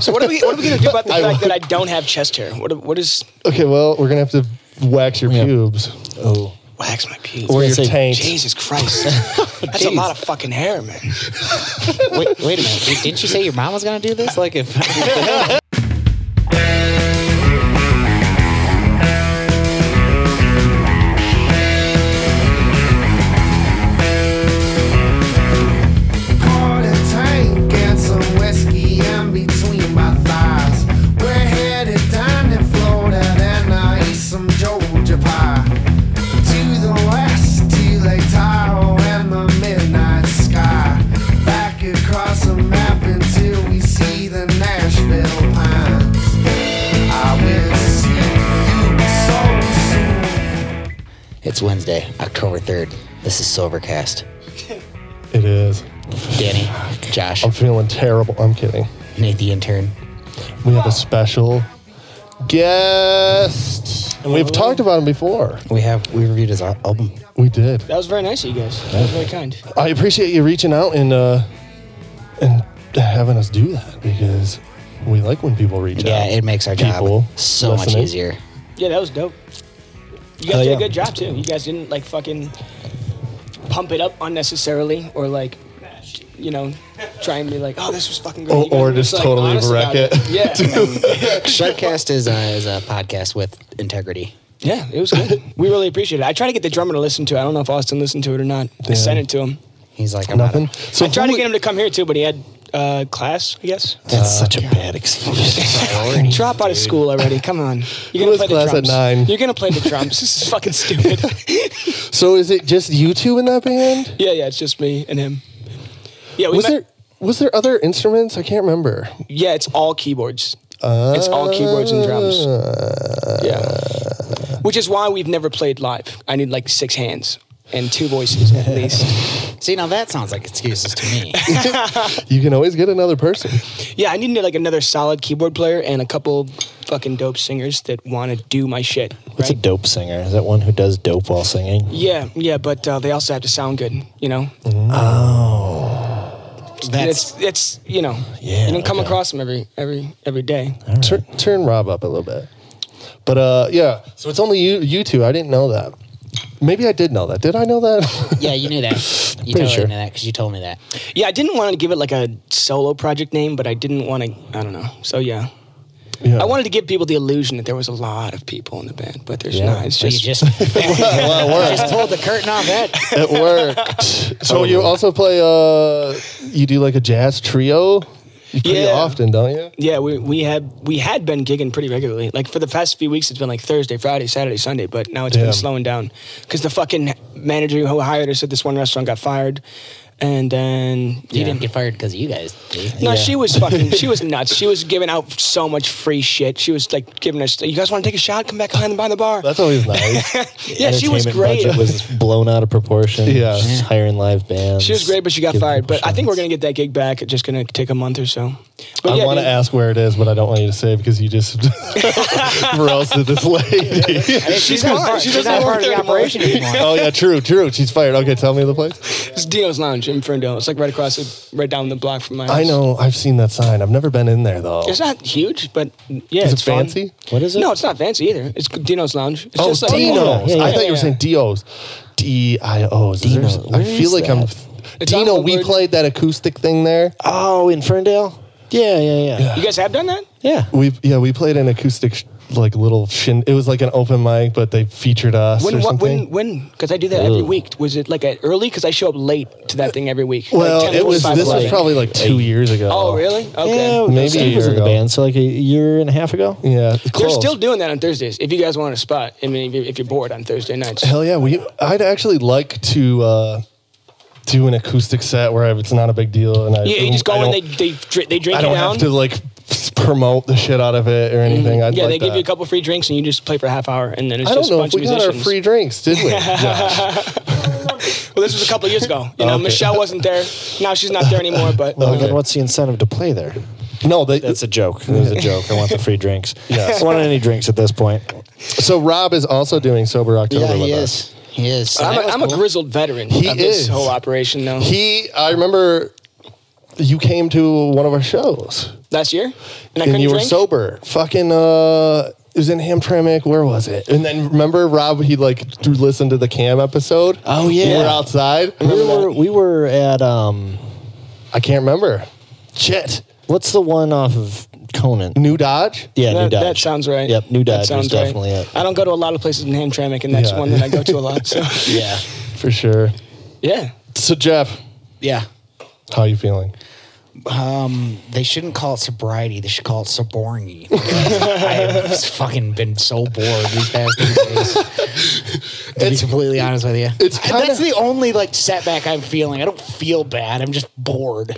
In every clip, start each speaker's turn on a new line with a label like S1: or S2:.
S1: So what are we what are we gonna do about the fact that I don't have chest hair? What what is
S2: Okay, well, we're gonna have to wax your
S3: Yeah.
S2: pubes
S3: Oh,
S1: wax my pubes?
S2: or your
S3: say,
S2: taint.
S1: Jesus Christ, that's a
S3: Jeez.
S1: lot of fucking hair, man.
S3: wait, wait a minute. Did- Didn't you say your mom was gonna do this? Like if
S4: Pour the tank and some whiskey in between my thighs. We're headed down in Florida, then I eat some Georgia pie. To the west, to Lake Tahoe and the midnight sky. Back across the map until we see the Nashville pines. I will see you so soon.
S3: it's Wednesday, October third. This is Sobercast.
S2: It is.
S3: Danny, Josh,
S2: I'm feeling terrible. I'm kidding.
S3: Nate the intern.
S2: We have a special guest. And we've
S3: Oh.
S2: talked about him before.
S3: We have we reviewed his al- album.
S2: We did.
S1: That was very nice of you guys. That was very kind.
S2: I appreciate you reaching out and uh and having us do that because we like when people reach
S3: Yeah,
S2: out.
S3: it makes our
S2: People
S3: job so
S2: listening.
S3: much easier.
S1: Yeah, that was dope. You guys
S3: Hell
S1: did
S3: yeah.
S1: a good job too. You guys didn't like fucking pump it up unnecessarily or like you know try and be like, oh, this was fucking great.
S2: Or-
S1: You guys
S2: or
S1: were
S2: just totally
S1: honest
S2: wreck
S1: about
S2: it.
S1: Yeah,
S3: Shredcast is a, is a podcast with integrity.
S1: yeah, it was good. We really appreciate it. I tried to get the drummer to listen to it. I don't know if Austin listened to it or not. I
S2: Yeah.
S1: sent it to him.
S3: He's like I'm not a-
S2: Nothing. So
S1: I tried to
S2: who-
S1: get him to come here too, but he had uh, class, I guess.
S2: That's such a bad excuse.
S1: Drop out of school already. Come on. You're
S2: Who
S1: gonna
S2: has
S1: play the
S2: class at
S1: drums.
S2: nine?
S1: You're gonna play the drums. This is fucking stupid.
S2: so is it just you two in that band?
S1: yeah, yeah, it's just me and him. Yeah, we
S2: Was
S1: met-
S2: there was there other instruments? I can't remember.
S1: Yeah, it's all keyboards. it's all keyboards and drums.
S2: Uh,
S1: Yeah.
S2: Ah.
S1: Which is why we've never played live. I need like six hands and two voices at least.
S3: See, now that sounds like excuses to me.
S2: You can always get another person.
S1: Yeah, I need like another solid keyboard player and a couple fucking dope singers that want to do my shit.
S5: What's a
S1: right?
S5: dope singer? Is that one who does dope while singing?
S1: Yeah, yeah, but uh, they also have to sound good, you know?
S3: That's
S1: it's, it's, you know,
S5: Yeah,
S1: you don't come
S5: okay.
S1: across them every, every, every day.
S2: Tur- turn Rob up a little bit. But uh, yeah, so it's only you you two. I didn't know that. Maybe I did know that. Did I know that?
S3: yeah, you knew that. You totally
S2: sure.
S3: knew that because you told me that.
S1: Yeah, I didn't want to give it like a solo project name, but I didn't want to, I don't know. So yeah.
S2: yeah.
S1: I wanted to give people the illusion that there was a lot of people in the band, but there's not. It's
S3: So
S1: just,
S3: you just
S2: well, it worked.
S3: just pulled the curtain off that.
S2: It worked. So you also play. Uh, you do like a jazz trio. You pretty
S1: Yeah.
S2: often, don't you?
S1: yeah. We we had we had been gigging pretty regularly. Like for the past few weeks, it's been like Thursday, Friday, Saturday, Sunday. But now it's
S2: Damn.
S1: been slowing down because the fucking manager who hired us at this one restaurant got fired, and then
S3: You didn't get fired because of you guys. did you?
S1: No, she was fucking. She was nuts. She was giving out so much free shit. She was like giving us. You guys want to take a shot? Come back behind the behind the bar.
S2: That's always nice.
S1: yeah, she was
S5: Entertainment
S1: great.
S5: Budget was blown out of proportion.
S2: Yeah.
S5: She's hiring live bands.
S1: She was great, but she got
S5: Give
S1: fired.
S5: people
S1: But I think we're
S5: shots.
S1: gonna get that gig back. It's just gonna take a month or so. But
S2: I
S1: yeah,
S2: want to
S1: dude,
S2: ask where it is, but I don't want you to say because you just roasted this lady.
S3: she's
S1: not part- she's not part of the operation
S3: anymore.
S2: oh yeah, true, true. She's fired. Okay, tell me the place.
S1: It's Dino's Lounge in Ferndale. It's like right across, the, right down the block from my house.
S2: I know. I've seen that sign. I've never been in there though.
S1: It's not huge, but yeah,
S2: Is it
S1: it's fun.
S2: fancy?
S5: What is it?
S1: No, it's not fancy either. It's Dino's Lounge. It's
S2: Oh,
S1: just like,
S2: Dino's.
S5: yeah, yeah,
S2: I thought you were
S1: yeah.
S2: saying Dio's. D I O's. Is there-
S5: Dino,
S2: I
S5: where
S2: feel
S5: is
S2: like I'm.
S5: that?
S1: It's on
S2: Dino, we
S1: Woodward.
S2: played that acoustic thing there.
S5: Oh, in Ferndale? Yeah, yeah, yeah.
S1: You guys have done that?
S5: Yeah.
S2: We yeah, we played an acoustic sh- like little shin. It was like an open mic, but they featured us or
S1: When? What, when?
S2: something.
S1: When? Because I do that every
S5: Ooh.
S1: week. Was it like at early? Because I show up late to that thing every week.
S2: well,
S1: like 10,
S2: it was.
S1: 45,
S2: This was
S1: 11.
S2: probably like two years ago.
S1: Oh, really? Okay.
S5: Yeah,
S2: Maybe
S5: maybe
S2: a
S5: Steve
S2: year
S5: was in the
S2: ago.
S5: band, so like a year and a half ago.
S2: Yeah,
S1: They're
S2: close.
S1: still doing that on Thursdays. If you guys want a spot, I mean, if you're, if you're bored on Thursday nights,
S2: Hell yeah, we. I'd actually like to uh, do an acoustic set where it's not a big deal, and I
S1: yeah, you just
S2: I
S1: go in. They
S2: don't-
S1: they dri- they drink
S2: I
S1: you
S2: don't
S1: down. Mm-hmm.
S2: have to like promote the shit out of it or anything. I'd
S1: yeah,
S2: like
S1: they give
S2: that.
S1: you a couple free drinks and you just play for a half hour, and then it's
S2: I don't
S1: just a
S2: know if
S1: bunch
S2: we
S1: of
S2: got our
S1: musicians.
S2: free drinks, did we? Josh?
S1: Well, this was a couple years ago. You know,
S2: Okay. Oh.
S1: Michelle wasn't there. Now she's not there anymore. But
S5: Well,
S2: Okay.
S5: then what's the incentive to play there?
S2: no, they,
S5: That's a joke. It was a joke. I want the free drinks.
S2: Yes.
S5: I want any drinks at this point.
S2: so Rob is also doing sober October
S3: Yeah,
S2: with
S3: he
S2: us.
S3: is. He is.
S1: I'm, a,
S3: That was
S1: I'm a
S3: cool.
S1: grizzled veteran
S2: He
S1: of this
S2: is.
S1: whole operation, though.
S2: He, I remember you came to one of our shows.
S1: last year, and I couldn't
S2: and you were
S1: drink.
S2: sober. Fucking uh it was in Hamtramck. Where was it? And then remember, Rob, he like d- listened to the Cam episode.
S5: Oh, yeah.
S2: we were outside.
S5: We were, we were at um,
S2: I can't remember. Shit,
S5: what's the one off of Conan?
S2: New Dodge.
S5: Yeah,
S1: That,
S5: New Dodge.
S1: that sounds right.
S5: Yep,
S1: That
S5: New Dodge was
S1: sounds right.
S5: definitely it.
S1: I don't go to a lot of places in Hamtramck, and that's
S2: Yeah.
S1: one that I go to a lot. So
S3: Yeah.
S2: for sure.
S1: yeah,
S2: So Jeff,
S3: Yeah.
S2: how you feeling?
S3: Um, they shouldn't call it sobriety. They should call it soboringy. I've fucking been so bored these past three days. to be completely honest with you,
S2: it's
S3: I- that's
S2: kinda-
S3: the only like setback I'm feeling. I don't feel bad. I'm just bored.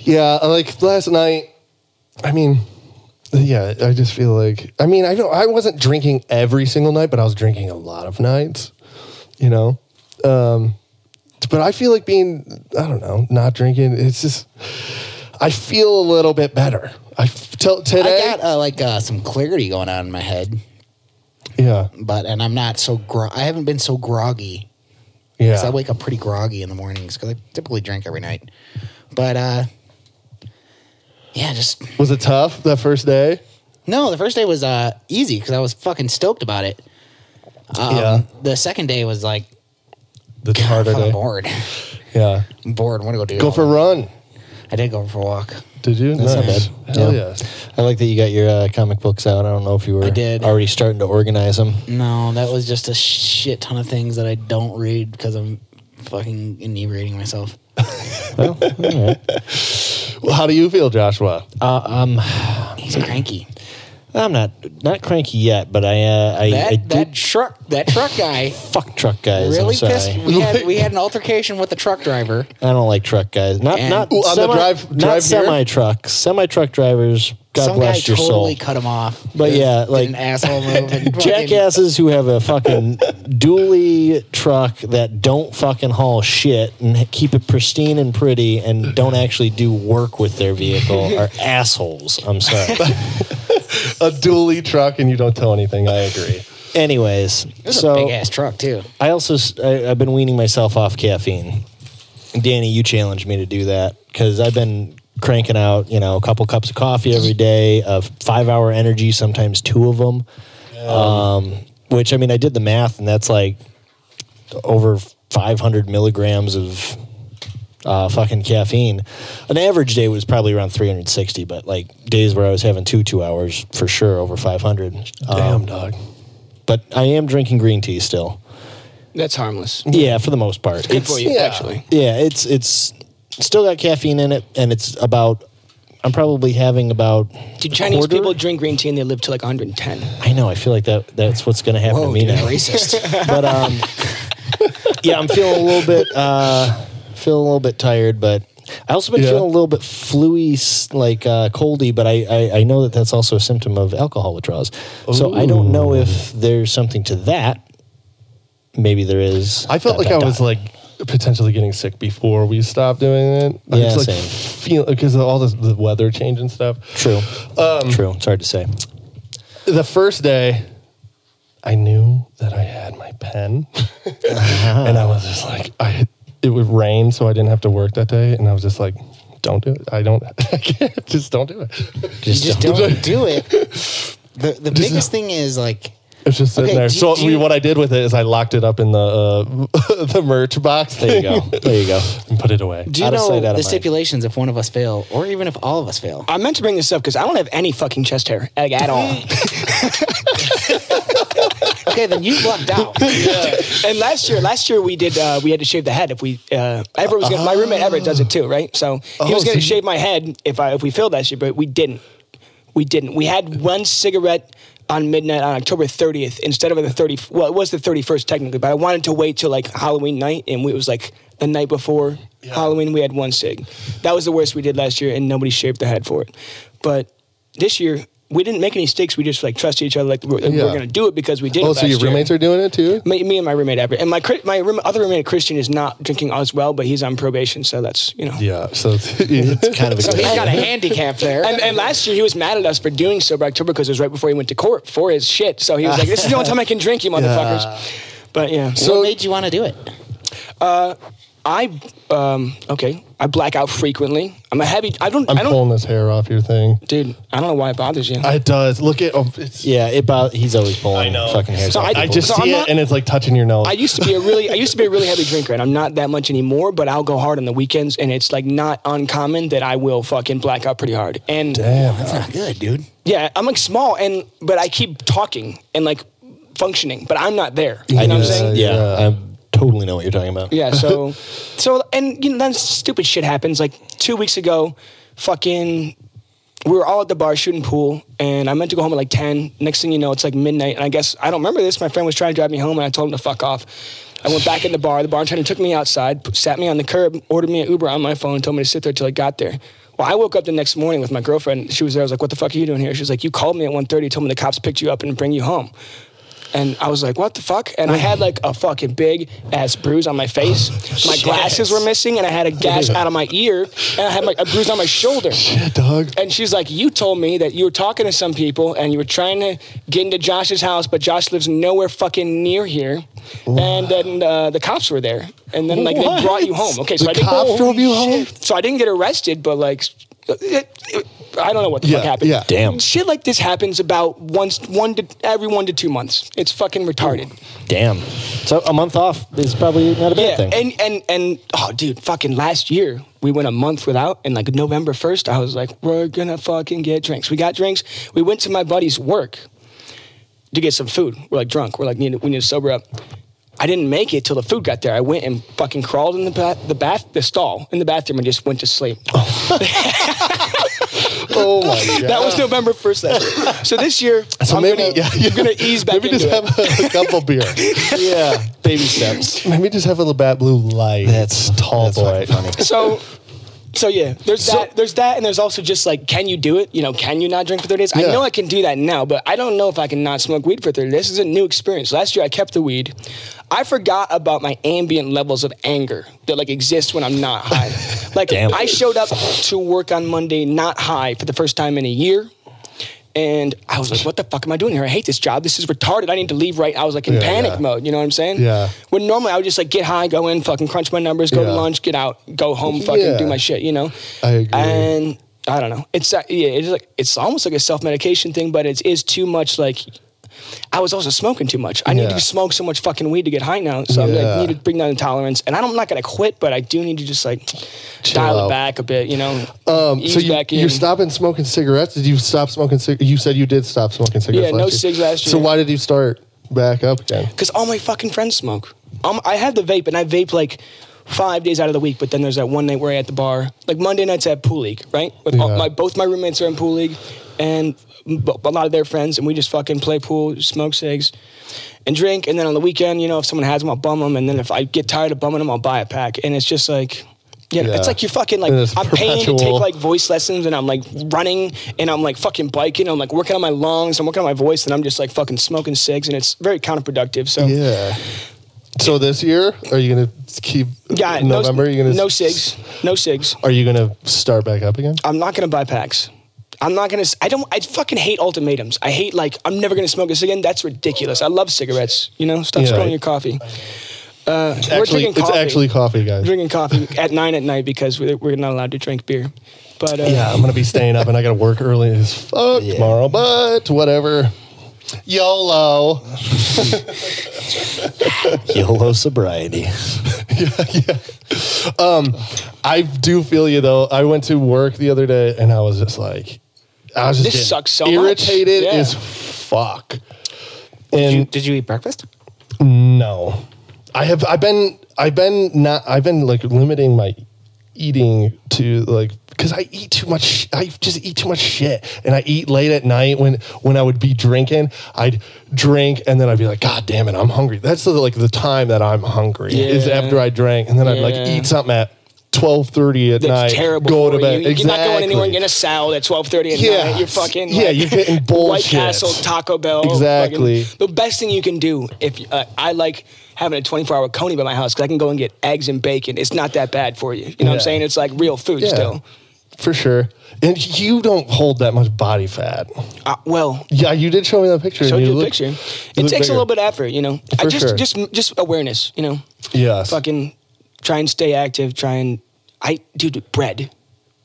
S2: Yeah, like last night. I mean, yeah, I just feel like I mean I don't I wasn't drinking every single night, but I was drinking a lot of nights. You know, um, but I feel like being I don't know not drinking. It's just I feel a little bit better. I f- till today.
S3: I got uh, like uh, some clarity going on in my head,
S2: yeah,
S3: but and I'm not so gro- I haven't been so groggy
S2: yeah.
S3: So I wake up pretty groggy in the mornings because I typically drink every night. But uh, yeah, just
S2: was it tough that first day?
S3: no. The first day was uh, easy because I was fucking stoked about it. Um,
S2: Yeah.
S3: The second day was like
S2: The
S3: God, I'm
S2: harder
S3: fucking
S2: day.
S3: bored.
S2: Yeah,
S3: I'm bored. What do I do?
S2: go for a run.
S3: I did go for a walk.
S2: Did you?
S5: That's not
S2: Nice.
S5: bad.
S2: Hell
S5: Yeah.
S2: yeah.
S5: I like that you got your uh, comic books out. I don't know if you were
S3: I did.
S5: already starting to organize them.
S3: No, that was just a shit ton of things that I don't read because I'm fucking inebriating myself.
S5: Well, all right.
S2: Well, how do you feel, Joshua?
S5: uh, um,
S3: He's cranky.
S5: I'm not not cranky yet, but I uh, I, I
S3: That that
S5: did
S3: truck that truck guy
S5: fuck truck guys.
S3: really
S5: I'm sorry.
S3: pissed. We had we had an altercation with the truck driver.
S5: I don't like truck guys. Not
S3: And-
S5: not
S2: Ooh, on the drive-
S5: not
S2: drive here?
S5: semi truck. Semi truck drivers. God
S3: Some
S5: bless
S3: guy
S5: your
S3: totally
S5: soul.
S3: cut him off.
S5: But
S3: Did-
S5: yeah,
S3: did
S5: like-
S3: an asshole move. And
S5: Jackasses who have a fucking dually truck that don't fucking haul shit and keep it pristine and pretty and don't actually do work with their vehicle are assholes. I'm sorry.
S2: A dually truck, and you don't tell anything. I agree.
S5: Anyways,
S3: This is
S5: so
S3: a big ass truck too.
S5: I also s- I, have been weaning myself off caffeine. Danny, you challenged me to do that because I've been cranking out you know a couple cups of coffee every day, a five hour energy, sometimes two of them. Um, which I mean, I did the math, and that's like over 500 milligrams of uh, fucking caffeine. An average day was probably around 360, but like days where I was having two two hours for sure over 500.
S2: Damn,
S5: Um,
S2: dog.
S5: but I am drinking green tea still.
S1: that's harmless.
S5: Yeah, for the most part.
S1: Good for you,
S2: yeah.
S1: actually.
S5: Yeah, it's it's still got caffeine in it, and it's about. I'm probably having about.
S1: Do Chinese
S5: quarter-
S1: people drink green tea and they live to like 110?
S5: I know. I feel like that. That's what's going to happen
S3: Whoa,
S5: to me
S3: dude,
S5: now.
S3: racist.
S5: But um, yeah, I'm feeling a little bit. Uh, feeling a little bit tired, but I also been
S2: Yeah.
S5: feeling a little bit fluey, s- like uh, coldy. But I, I I know that that's also a symptom of alcohol withdrawals. So I don't know if there's something to that. Maybe there is.
S2: I felt
S5: Dot,
S2: like
S5: dot,
S2: I was
S5: dot.
S2: like potentially getting sick before we stopped doing it. I
S5: Yeah,
S2: was like
S5: same.
S2: feel because of all this, the weather change and stuff.
S5: True. True. It's hard to say.
S2: The first day, I knew that I had my pen, and I was just like, I it would rain, so I didn't have to work that day, and I was just like, don't do it. I don't. I can't. Just don't do it.
S3: you just don't do it. The the biggest thing is like
S2: It's just sitting
S3: Okay,
S2: there.
S3: do
S2: so
S3: you- do you-
S2: what I did with it is I locked it up in the uh, the merch box.
S5: There you go. There you go.
S2: And put it away.
S3: do you
S5: Out of
S3: know
S5: sight, out
S3: the
S5: of mind.
S3: stipulations if one of us fail or even if all of us fail?
S1: I meant to bring this up because I don't have any fucking chest hair like, at all.
S3: Okay, then you lucked out.
S1: and last year, last year we did uh, we had to shave the head if we uh, Everett was gonna, my roommate Everett does it too, right? So he was
S2: Oh,
S1: going
S2: so
S1: to
S2: you-
S1: shave my head if I if we failed last year, but we didn't. We didn't. We had one cigarette on midnight on October 30th instead of the 30. Well, it was the 31st technically, but I wanted to wait till like Halloween night, and we, it was like the night before Halloween. We had one cig. That was the worst we did last year, and nobody shaved their head for it. But this year. We didn't make any stakes. We just like trusted each other, like we're,
S2: Yeah.
S1: we're going to do it because we did. it
S2: Oh, so
S1: last
S2: your
S1: year.
S2: roommates are doing it too?
S1: Me, me and my roommate Everett, and my cri- my room, other roommate Christian is not drinking as well, but he's on probation, so that's you know.
S2: Yeah. So it's
S5: Kind of.
S3: So
S5: a
S3: he's got a handicap there.
S1: And, and last year he was mad at us for doing sober October because it was right before he went to court for his shit. So he was like, "This is the only time I can drink, you motherfuckers." But yeah,
S3: what made you want to do it?
S1: I um okay, I I black out frequently. I'm a heavy. I don't.
S2: I'm
S1: I don't.
S2: pulling his hair off your thing.
S1: Dude, I don't know why it bothers you.
S2: It does. Look at. Oh, it's,
S5: Yeah, it bo- he's always pulling
S2: I know.
S5: fucking hairs.
S1: So
S5: off
S1: I-
S2: I
S5: people.
S2: just
S1: So I'm
S2: see
S1: not-
S2: it, and it's like touching your nose.
S1: I used to be a really I used to be a really heavy drinker and I'm not that much anymore, but I'll go hard on the weekends and it's like not uncommon that I will fucking black out pretty hard. And
S2: Damn.
S3: That's not good, dude.
S1: yeah, I'm like small and but I keep talking and like functioning, but I'm not there. You
S5: I
S1: know what I'm
S5: just-
S1: saying?
S5: Yeah,
S2: Yeah.
S5: I totally know what you're talking about.
S1: Yeah, so so and you know then stupid shit happens. Like two weeks ago, fucking we were all at the bar shooting pool and I meant to go home at like ten. Next thing you know, it's like midnight and I guess I don't remember this. My friend was trying to drive me home and I told him to fuck off. I went back in the bar. The bartender took me outside, p- sat me on the curb, ordered me an Uber on my phone, told me to sit there till I got there. Well, I woke up the next morning with my girlfriend. She was there. I was like, "What the fuck are you doing here?" She was like, "You called me at 1.30, told me the cops picked you up and bring you home." And I was like, what the fuck? And I had like a fucking big ass bruise on my face. My glasses were missing and I had a gash out of my ear and I had like a bruise on my shoulder.
S2: Yeah, dog.
S1: And she's like, You told me that you were talking to some people and you were trying to get into Josh's house, but Josh lives nowhere fucking near here. And then uh, the cops were there. And then like
S5: What?
S1: they brought you home. Okay, so
S2: The
S1: I didn't
S2: cops drove you home?
S1: So I didn't get arrested, but like it, it- I don't know what the
S2: Yeah,
S1: fuck happened.
S2: yeah.
S5: Damn.
S1: Shit like this happens about once one to every one to two months. It's fucking retarded.
S5: Damn. So a month off is probably not a bad
S1: Yeah,
S5: thing.
S1: and and and oh, dude, fucking last year we went a month without, and like November first, I was like, we're gonna fucking get drinks. We got drinks. We went to my buddy's work to get some food. We're like drunk. We're like, need, we need to sober up. I didn't make it till the food got there. I went and fucking crawled in the bath, the bath, the stall in the bathroom, and just went to sleep.
S2: Oh my god.
S1: That was November first. That year. so this year,
S2: So
S1: I'm
S2: maybe
S1: gonna,
S2: yeah, yeah.
S1: I'm gonna ease back
S2: Maybe
S1: into
S2: just
S1: it.
S2: have a, couple beer.
S5: yeah, baby steps.
S2: Maybe just have a Labatt Blue Light.
S5: That's
S2: tall
S5: that's fucking funny.
S1: so so yeah there's that there's that and there's also just like can you do it you know can you not drink for 30 days i
S2: Yeah.
S1: know i can do that now but i don't know if i can not smoke weed for 30 days this is a new experience last year i kept the weed i forgot about my ambient levels of anger that like exist when i'm not high like
S5: Damn.
S1: i showed up to work on monday not high for the first time in a year and I was like, what the fuck am I doing here? I hate this job. This is retarded. I need to leave right. I was like in
S2: Yeah,
S1: panic
S2: yeah.
S1: mode. You know what I'm saying?
S2: Yeah.
S1: When normally I would just like get high, go in, fucking crunch my numbers, go to
S2: Yeah.
S1: lunch, get out, go home, fucking
S2: Yeah.
S1: do my shit, you know?
S2: I agree.
S1: And I don't know. It's uh, yeah, it's like it's almost like a self medication thing, but it is too much like I was also smoking too much. I need
S2: Yeah.
S1: to smoke so much fucking weed to get high now. So I'm
S2: Yeah.
S1: like need to bring down the tolerance. And I'm not gonna quit, but I do need to just like dial
S2: out.
S1: it back a bit, you know.
S2: Um,
S1: ease
S2: so you,
S1: back in.
S2: you're stopping smoking cigarettes? Did you stop smoking? Cig- you said you did stop smoking cigarettes.
S1: Yeah,
S2: last
S1: no
S2: year.
S1: cigs last
S2: So
S1: year.
S2: why did you start back up again?
S1: because all my fucking friends smoke. Um, I have the vape, and I vape like five days out of the week. But then there's that one night where I at the bar, like Monday nights at pool league, right? With all,
S2: Yeah.
S1: my both my roommates are in pool league, and b- a lot of their friends, and we just fucking play pool, smoke cigs, and drink. And then on the weekend, you know, if someone has them, I'll bum them. And then if I get tired of bumming them, I'll buy a pack. And it's just like. Yeah,
S2: Yeah.
S1: it's like you fucking like
S2: And it's
S1: I'm paying to take
S2: perpetual.
S1: like voice lessons and I'm like running and I'm like fucking biking. I'm like working on my lungs. I'm working on my voice and I'm just like fucking smoking cigs and it's very counterproductive. So
S2: Yeah. So this year, are you gonna keep?
S1: yeah, no-
S2: November. are you gonna
S1: no
S2: s-
S1: cigs, no cigs.
S2: Are you gonna start back up again?
S1: I'm not gonna buy packs. I'm not gonna. s- I don't. I fucking hate ultimatums. I hate like I'm never gonna smoke this again. That's ridiculous. I love cigarettes. You know, stop
S2: Yeah.
S1: spilling your coffee. Uh, we're
S2: actually,
S1: drinking
S2: it's
S1: coffee.
S2: actually coffee, guys.
S1: drinking coffee at nine at night because we're, we're not allowed to drink beer. But uh,
S2: Yeah, I'm gonna be staying up, and I gotta work early as fuck
S5: Yeah.
S2: tomorrow. But whatever. YOLO.
S5: YOLO sobriety.
S2: I do feel you though. I went to work the other day and I was just like, I was just
S1: This
S2: getting
S1: sucks so much.
S2: irritated
S1: Yeah.
S2: as fuck.
S3: Did you,
S2: And
S3: did you eat breakfast?
S2: no, I have I've been I've been not I've been like limiting my eating to like because I eat too much. sh- I just eat too much shit, and I eat late at night when when I would be drinking. I'd drink and then I'd be like, God damn it, I'm hungry. That's the, like the time that I'm hungry is
S1: Yeah.
S2: after I drank, and then I'd like
S1: Yeah.
S2: eat something at. Twelve thirty at night.
S1: That's terrible.
S2: Go
S1: for
S2: to bed.
S1: You. You're not going anywhere
S2: Exactly.
S1: and getting a salad at twelve thirty at
S2: Yeah.
S1: night. You're fucking
S2: Yeah,
S1: like,
S2: you're getting
S1: White
S2: bullshit.
S1: Castle, Taco Bell.
S2: Exactly.
S1: fucking- the best thing you can do if uh, I like having a twenty four hour coney by my house because I can go and get eggs and bacon. It's not that bad for you. You know what
S2: Yeah.
S1: I'm saying? It's like real food
S2: Yeah,
S1: still.
S2: for sure. And you don't hold that much body fat.
S1: Uh, well,
S2: Yeah, you did show me that picture.
S1: showed
S2: and
S1: you a
S2: look-
S1: picture.
S2: you
S1: It
S2: look
S1: takes a
S2: bigger.
S1: little bit of effort, you know. I
S2: For
S1: just
S2: sure.
S1: just just awareness, you know.
S2: Yes.
S1: Fucking try and stay active. Try and I dude, bread,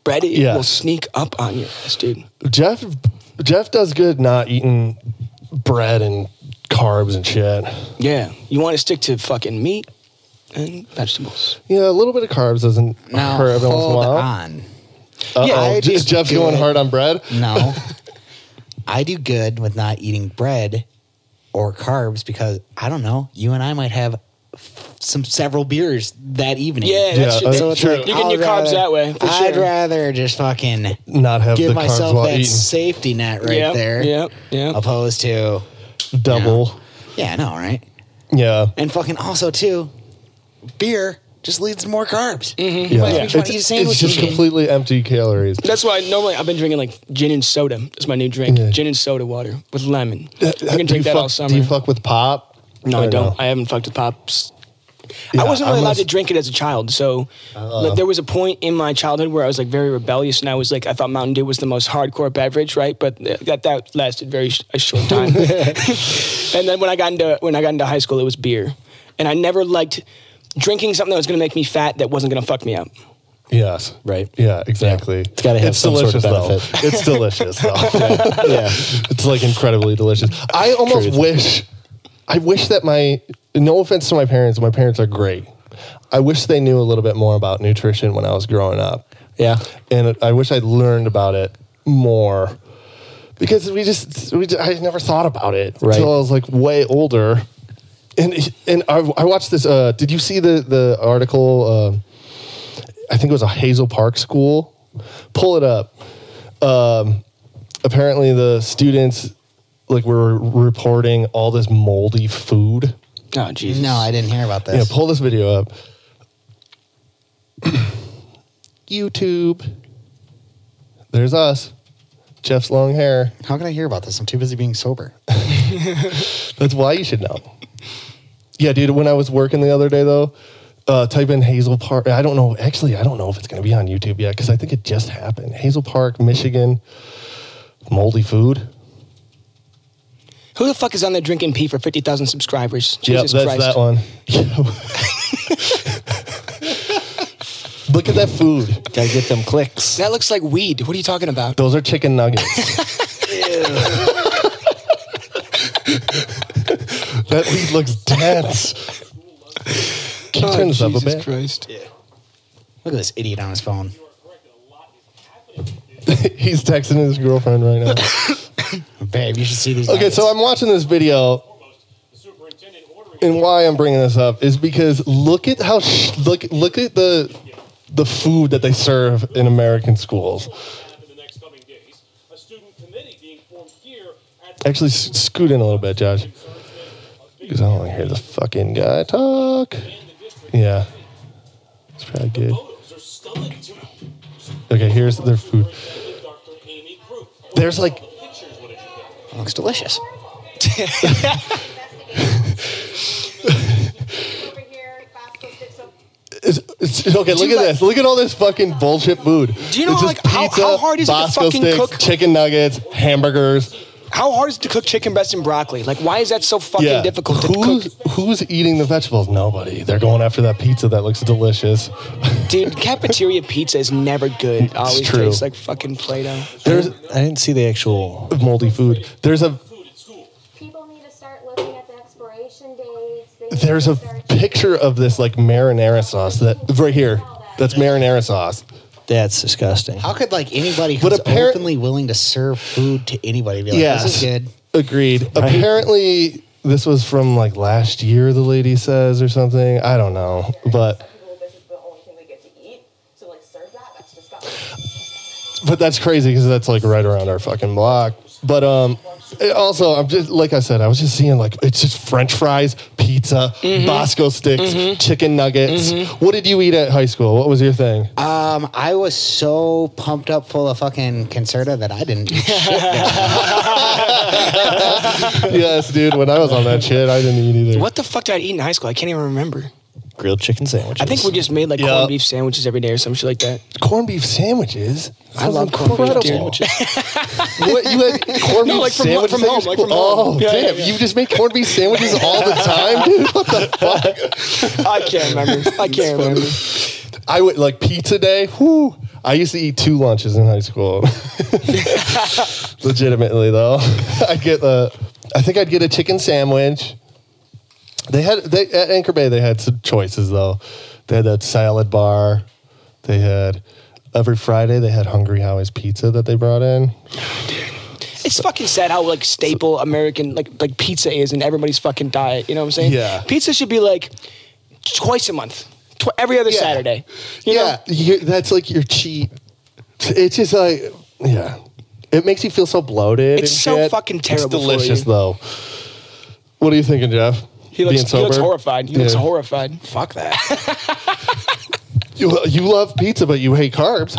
S1: bread it
S2: Yeah.
S1: will sneak up on you, dude.
S2: Jeff Jeff does good not eating bread and carbs and shit.
S1: Yeah, you want to stick to fucking meat and vegetables.
S2: Yeah, a little bit of carbs doesn't
S3: Now
S2: hurt every once in a
S3: hold
S2: while.
S3: on.
S2: Uh-oh.
S1: Yeah, I
S2: Je-
S1: just
S2: Jeff's
S1: do
S2: going
S1: it.
S2: hard on bread.
S3: No, I do good with not eating bread or carbs because I don't know. You and I might have some several beers that evening.
S1: Yeah, that's
S2: Yeah,
S1: true.
S2: that's true.
S1: You're getting
S3: I'd
S1: your carbs that way. For
S3: I'd
S1: sure.
S3: rather just fucking
S2: Not have
S3: give
S2: the carbs
S3: myself
S2: while
S3: that
S2: eating.
S3: safety net right
S1: Yep,
S3: there.
S1: Yep. Yep.
S3: Opposed to,
S2: Double.
S3: yeah, I know, right?
S2: Yeah.
S3: And fucking also too, beer just leads to more carbs.
S1: Mm-hmm.
S2: Yeah.
S3: might as well just wanna
S2: It's,
S3: eat a
S2: it's
S3: sandwich
S2: just
S3: and shit.
S2: completely empty calories.
S1: That's why normally I've been drinking like gin and soda. That's my new drink.
S2: Yeah. Uh,
S1: Gin and soda water with lemon. I
S2: Do
S1: can
S2: you
S1: drink that
S2: fuck,
S1: all summer.
S2: Do you fuck with pop?
S1: no, I
S2: Or
S1: don't. I haven't fucked with pops.
S2: Yeah,
S1: I wasn't really
S2: I'm Oh.
S1: allowed
S2: gonna-
S1: to drink it as a child. So like, there was a point in my childhood where I was like very rebellious and I was like, I thought Mountain Dew was the most hardcore beverage, right? But th- that, that lasted very sh- a short time. and then when I got into when I got into high school, it was beer. And I never liked drinking something that was going to make me fat that wasn't going to fuck me up.
S2: Yes.
S5: Right.
S2: Yeah, exactly.
S5: It's gotta have some sort of
S2: Though. It's delicious though. yeah. It's like incredibly delicious. I almost
S5: Truth.
S2: wish I wish that my no offense to my parents, my parents are great. I wish they knew a little bit more about nutrition when I was growing up.
S5: Yeah.
S2: And I wish I'd learned about it more. Because we just, we just I never thought about it
S5: Right.
S2: until I was like way older. And and I, I watched this. Uh, did you see the the article? um I think it was a Hazel Park school. Pull it up. Um, apparently, the students like were reporting all this moldy food.
S1: Oh, Jesus.
S3: No, I didn't hear about
S2: Yeah,
S3: this.
S2: pull this video up. YouTube. There's us. Jeff's long hair.
S3: How can I hear about this? I'm too busy being sober.
S2: That's why you should know. Yeah, dude. When I was working the other day, though, uh, type in Hazel Park. I don't know. Actually, I don't know if it's going to be on YouTube yet because I think it just happened. Hazel Park, Michigan. Moldy food.
S1: Who the fuck is on there drinking pee for 50,000 subscribers? Jesus
S2: yep,
S1: Christ.
S2: that's that one. Look at that food.
S5: Gotta get them clicks.
S1: That looks like weed. What are you talking about?
S2: Those are chicken nuggets. that weed looks dense. Can you turn this up a bit?
S1: Oh, Christ.
S3: Look at this idiot on his phone.
S2: He's texting his girlfriend right now.
S3: Babe, you should see these.
S2: Okay, so
S3: nuggets.
S2: I'm watching this video, and why I'm bringing this up is because look at how sh- look look at the the food that they serve in American schools. Actually, s- scoot in a little bit, Josh, because I don't want to hear this fucking guy talk. Yeah, it's probably good. Okay, here's their food. There's like
S3: looks delicious.
S2: It's, it's, okay, look
S1: you
S2: at
S1: like-
S2: this. Look at all this fucking bullshit food.
S1: Do you know,
S2: It's
S1: like,
S2: just
S1: how- how hard is it to
S2: Bosco
S1: fucking
S2: sticks,
S1: cook-
S2: chicken nuggets, hamburgers?
S1: How hard is it to cook chicken breast and broccoli? Like, why is that so fucking
S2: yeah,
S1: difficult to
S2: who's,
S1: cook?
S2: Who's eating the vegetables? Nobody. They're going after that pizza that looks delicious.
S1: Dude, cafeteria pizza is never good. It always
S2: true.
S1: tastes like fucking Play Doh.
S2: There's
S5: I didn't see the actual.
S2: moldy food. There's a
S6: People need to start looking at the expiration dates. They need
S2: there's
S6: to
S2: a
S6: start-
S2: picture of this like marinara sauce that right here. That's marinara sauce.
S5: That's disgusting.
S3: How could like anybody
S2: But
S3: who's
S2: appar-
S3: openly willing to serve food to anybody be like, this is good?
S2: Agreed. Apparently, this was from like last year. The lady says or something. I don't know, but.
S7: Well, this is the only thing we get to eat. So like serve that. That's disgusting.
S2: but that's crazy because that's like right around our fucking block. But um, it also I'm just like I said, I was just seeing like it's just French fries, pizza,
S1: Mm-hmm.
S2: Bosco sticks, chicken nuggets. What did you eat at high school? What was your thing?
S3: Um, I was so pumped up full of fucking concerta that I didn't eat shit.
S2: yes, dude. When I was on that shit, I didn't eat either.
S1: What the fuck did I eat in high school? I can't even remember.
S5: Grilled chicken sandwiches.
S1: I think we just made like
S2: Yeah.
S1: corned beef sandwiches every day or some shit like that.
S2: corned beef sandwiches?
S1: I love corned beef, dude.
S2: what you had corned
S1: No,
S2: beef
S1: like from-
S2: sandwiches?
S1: from
S2: at
S1: home, like
S2: your school?
S1: from home.
S2: Oh
S1: Yeah, yeah,
S2: damn!
S1: yeah.
S2: You just make corned beef sandwiches all the time, dude. What the fuck?
S1: I can't remember. I can't remember.
S2: I would like pizza day. Whoo! I used to eat two lunches in high school. Legitimately though, I get uh, I think I'd get a chicken sandwich. They had they at Anchor Bay. They had some choices though. They had that salad bar. They had every Friday. They had Hungry Howie's pizza that they brought in.
S1: It's fucking sad how like staple American like like pizza is in everybody's fucking diet. You know what I'm saying?
S2: Yeah.
S1: Pizza should be like twice a month, tw- every other
S2: Yeah.
S1: Saturday. You
S2: yeah,
S1: know?
S2: you- that's like your cheat. It's just like yeah, it makes you feel so bloated.
S1: It's
S2: and
S1: so
S2: shit.
S1: fucking terrible for
S2: It's delicious
S1: you.
S2: though. What are you thinking, Jeff?
S1: He looks,
S2: Being
S1: he looks
S2: sober?
S1: horrified. He looks
S2: Yeah.
S1: horrified.
S3: Fuck that.
S2: You, you love pizza, but you hate carbs.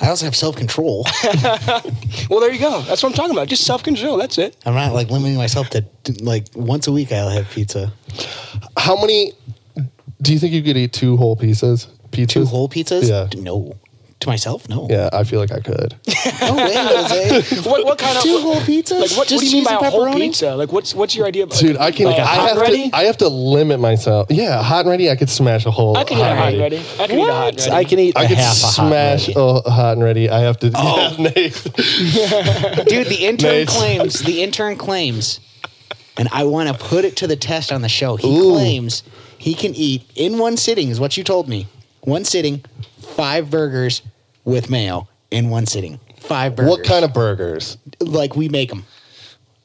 S3: I also have self control.
S1: Well, there you go. That's what I'm talking about. Just self control. That's it.
S3: I'm not like limiting myself to like once a week. I'll have pizza.
S2: How many? Do you think you could eat two whole pieces? Pizzas?
S3: Two whole pizzas?
S2: Yeah.
S3: D- No. To myself? No.
S2: Yeah, I feel like I could.
S3: No way, Jose.
S1: What, what kind of
S3: Two whole pizzas?
S1: Like what, what
S3: Just
S1: do you mean
S3: cheese
S1: by
S3: and
S1: a whole
S3: pepperoni?
S1: pizza? Like what's what's your idea? Of,
S2: Dude, I can.
S1: Like, a
S2: I
S1: hot
S2: have
S1: ready?
S2: to. I have to limit myself. Yeah, hot and ready. I could smash a whole.
S1: I can eat a hot
S2: and
S1: and ready. I can eat a hot and ready.
S5: I can eat.
S2: I
S5: a
S2: could
S5: half
S2: smash
S5: A
S2: a
S5: hot
S2: hot, and ready. I have to.
S1: Oh.
S2: Yeah, Nate.
S3: Dude, the intern
S2: Nice.
S3: claims, the intern claims, and I want to put it to the test on the show. He
S2: Ooh.
S3: claims he can eat in one sitting, is what you told me. One sitting, five burgers with mayo in one sitting. Five burgers.
S2: What kind of burgers?
S3: Like we make them.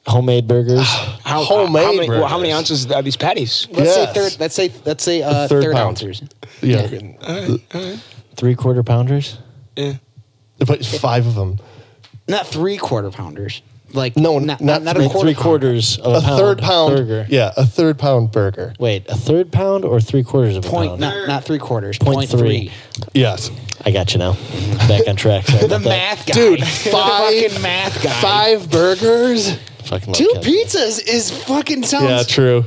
S5: homemade burgers.
S1: How,
S2: Homemade
S1: how many, well, how
S2: burgers.
S1: many ounces are these patties?
S2: Yes.
S3: Let's say third. Let's say let's say uh,
S2: Third
S3: third,
S2: pound.
S3: ounces.
S2: Yeah,
S5: Three quarter pounders.
S1: Yeah.
S2: but five of them.
S3: Not three quarter pounders. Like
S2: No,
S3: not,
S2: not
S3: not,
S2: three-
S3: a
S5: Like
S3: quarter.
S5: three
S3: pounder.
S5: quarters of a,
S2: A third pound
S5: burger.
S2: Yeah, a third pound burger.
S5: Wait, a third pound or three quarters of a
S3: Point
S5: pound?
S3: not not three quarters.
S5: Point
S3: Point
S5: three.
S3: three.
S2: Yes,
S5: I got you now. Back on track. Sorry
S3: The
S5: about that.
S3: math guy,
S2: Dude,
S3: the
S2: five-
S3: fucking math guy.
S2: five burgers.
S5: Fucking love
S3: Two
S5: Kevin.
S3: pizzas is fucking sounds.
S2: Yeah, true.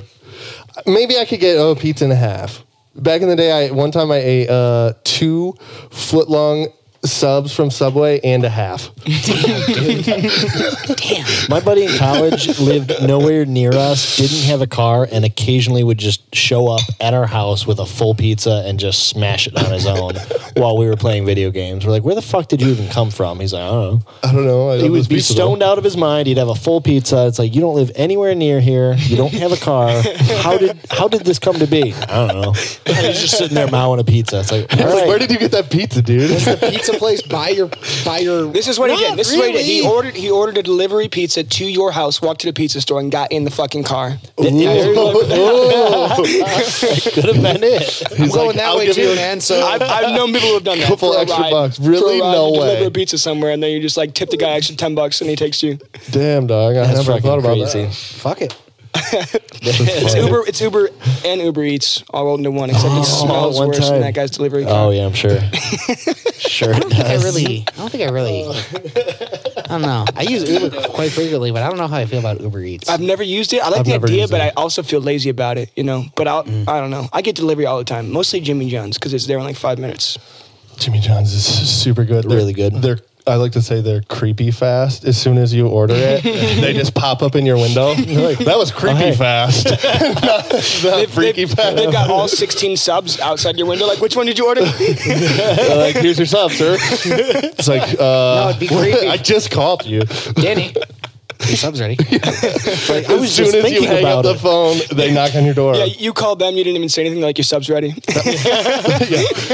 S2: Maybe I could get oh, a pizza and a half. Back in the day, I one time I ate uh, two foot long subs from Subway and a half.
S3: Damn.
S5: My buddy in college lived nowhere near us, didn't have a car, and occasionally would just show up at our house with a full pizza and just smash it on his own while we were playing video games. We're like, where the fuck did you even come from? He's like, I don't know.
S2: I don't know. I
S5: He
S2: love
S5: would
S2: this
S5: be
S2: pizza,
S5: stoned out of his mind. He'd have a full pizza. It's like you don't live anywhere near here. You don't have a car. How did how did this come to be? I don't know. He's just sitting there mowing a pizza. It's like, all
S2: though. It's like,
S5: right.
S2: Where did you get that pizza, dude?
S3: The pizza place by your by your.
S1: This is what he
S3: Not
S1: did. This is what he did. He
S3: really.
S1: ordered he ordered a delivery pizza to your house, walked to the pizza store, and got in the fucking car.
S2: Ooh.
S5: could have been it.
S3: I'm going
S2: like,
S3: that
S2: I'll
S3: way
S2: give you
S3: too,
S2: a-
S3: man. So
S1: I've, I've known people who have done that.
S2: Couple
S1: for a
S2: extra
S1: ride-
S2: bucks.
S1: for a
S2: Really?
S1: ride
S2: No
S1: to
S2: way.
S1: Deliver a pizza somewhere, and then you just like tip the guy extra ten bucks, and he takes you.
S2: Damn, dog. I
S5: That's
S2: never
S5: fucking
S2: thought about
S5: crazy.
S2: that.
S3: fuck it.
S1: It's Uber. It's Uber and Uber Eats all rolled into one.
S2: Oh,
S1: Except it smells
S5: one
S1: worse
S5: time.
S1: than that guy's delivery car.
S5: Oh yeah, I'm sure. sure. it
S3: I
S5: does.
S3: really. I don't think I really. I don't know. I use Uber quite frequently, but I don't know how I feel about Uber Eats.
S1: I've never used it. I like
S2: I've
S1: the
S2: never
S1: idea,
S2: used
S1: but
S2: it. Mm.
S1: I also feel lazy about it. You know, but I'll, I don't know. I get delivery all the time, mostly Jimmy John's because it's there in like five minutes.
S2: Jimmy John's is super good.
S5: Really good.
S2: They're I like to say they're creepy fast. As soon as you order it, they just pop up in your window. You're like, that was creepy
S5: hey."
S2: fast. not not freaky
S1: They've,
S2: fast.
S1: they've got all 16 subs outside your window. Like, which one did you order?
S2: They're like, here's your sub, sir. It's like, uh,
S3: it'd be creepy.
S2: I just called you.
S3: Danny. Your sub's ready.
S5: Like, I
S2: As
S5: was just
S2: soon as you
S5: thinking
S2: hang up
S5: about
S2: the
S5: it.
S2: phone, they knock on your door.
S1: yeah, you called them. You didn't even say anything. Like, your subs ready.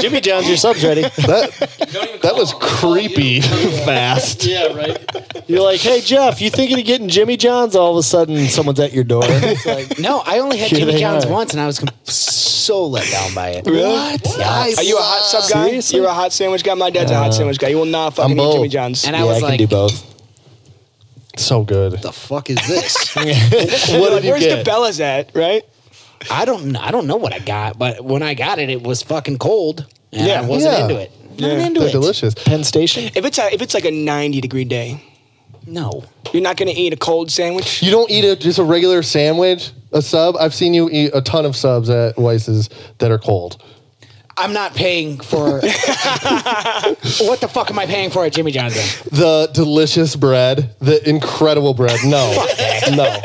S5: Jimmy John's your subs ready.
S2: that that was creepy fast.
S5: yeah, right. You're like, hey Jeff, you thinking of getting Jimmy John's? All of a sudden, someone's at your door. It's like,
S3: No, I only had
S5: Here
S3: Jimmy
S5: they
S3: John's
S5: are.
S3: once, and I was com- so let down by it.
S2: What?
S1: Are you a hot sub guy?
S5: Seriously?
S1: You're a hot sandwich guy. My dad's a hot sandwich guy. You will not
S2: I'm
S1: fucking eat
S2: both.
S1: Jimmy John's.
S3: And
S5: yeah,
S3: I was
S5: I can
S3: like,
S5: do both.
S2: So good.
S3: "The fuck is this?"
S2: What did you
S1: Where's the
S2: get?
S1: Bella's at? Right?
S3: I don't. kn- I don't know what I got, but when I got it, it was fucking cold, and
S1: Yeah.
S3: I wasn't
S2: Yeah.
S3: into it. Not
S1: Yeah.
S3: into
S2: They're
S3: it.
S2: delicious.
S5: Penn Station.
S1: If it's a, if it's like a 90 degree day,
S3: No.
S1: you're not gonna eat a cold sandwich.
S2: You don't eat a, just a regular sandwich, a sub. I've seen you eat a ton of subs at Weiss's that are cold.
S3: I'm not paying for. what the fuck am I paying for at Jimmy John's? then?
S2: The delicious bread, the incredible bread. No, no.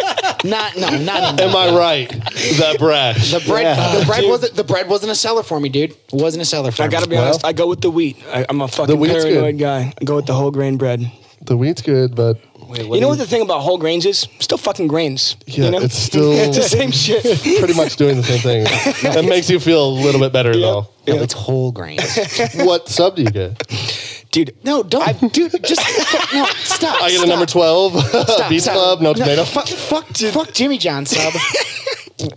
S3: Not no, not in
S2: Am I right? The bread.
S3: the bread.
S5: Yeah.
S3: The bread wasn't the bread wasn't a seller for me, dude. It wasn't a seller for
S1: I
S3: me.
S1: gotta be
S2: Well-
S1: honest. I go with the wheat. I, I'm a fucking
S2: wheat's good.
S1: paranoid guy. I go with the whole grain bread.
S2: The wheat's good, but
S1: you know what the thing about whole grains is? Still fucking grains.
S2: Yeah,
S1: you know?
S2: it's still-
S1: it's the same shit.
S2: pretty much doing the same thing. That makes you feel a little bit better
S3: No, it's whole grains.
S2: though. What sub do you get?
S1: Dude,
S3: No, don't, dude. Just fuck- no. Stop.
S2: I get a
S3: stop.
S2: number twelve.
S3: Stop,
S2: Beef
S3: stop.
S2: club, no tomato.
S3: Fuck, fuck, fuck Jimmy John sub.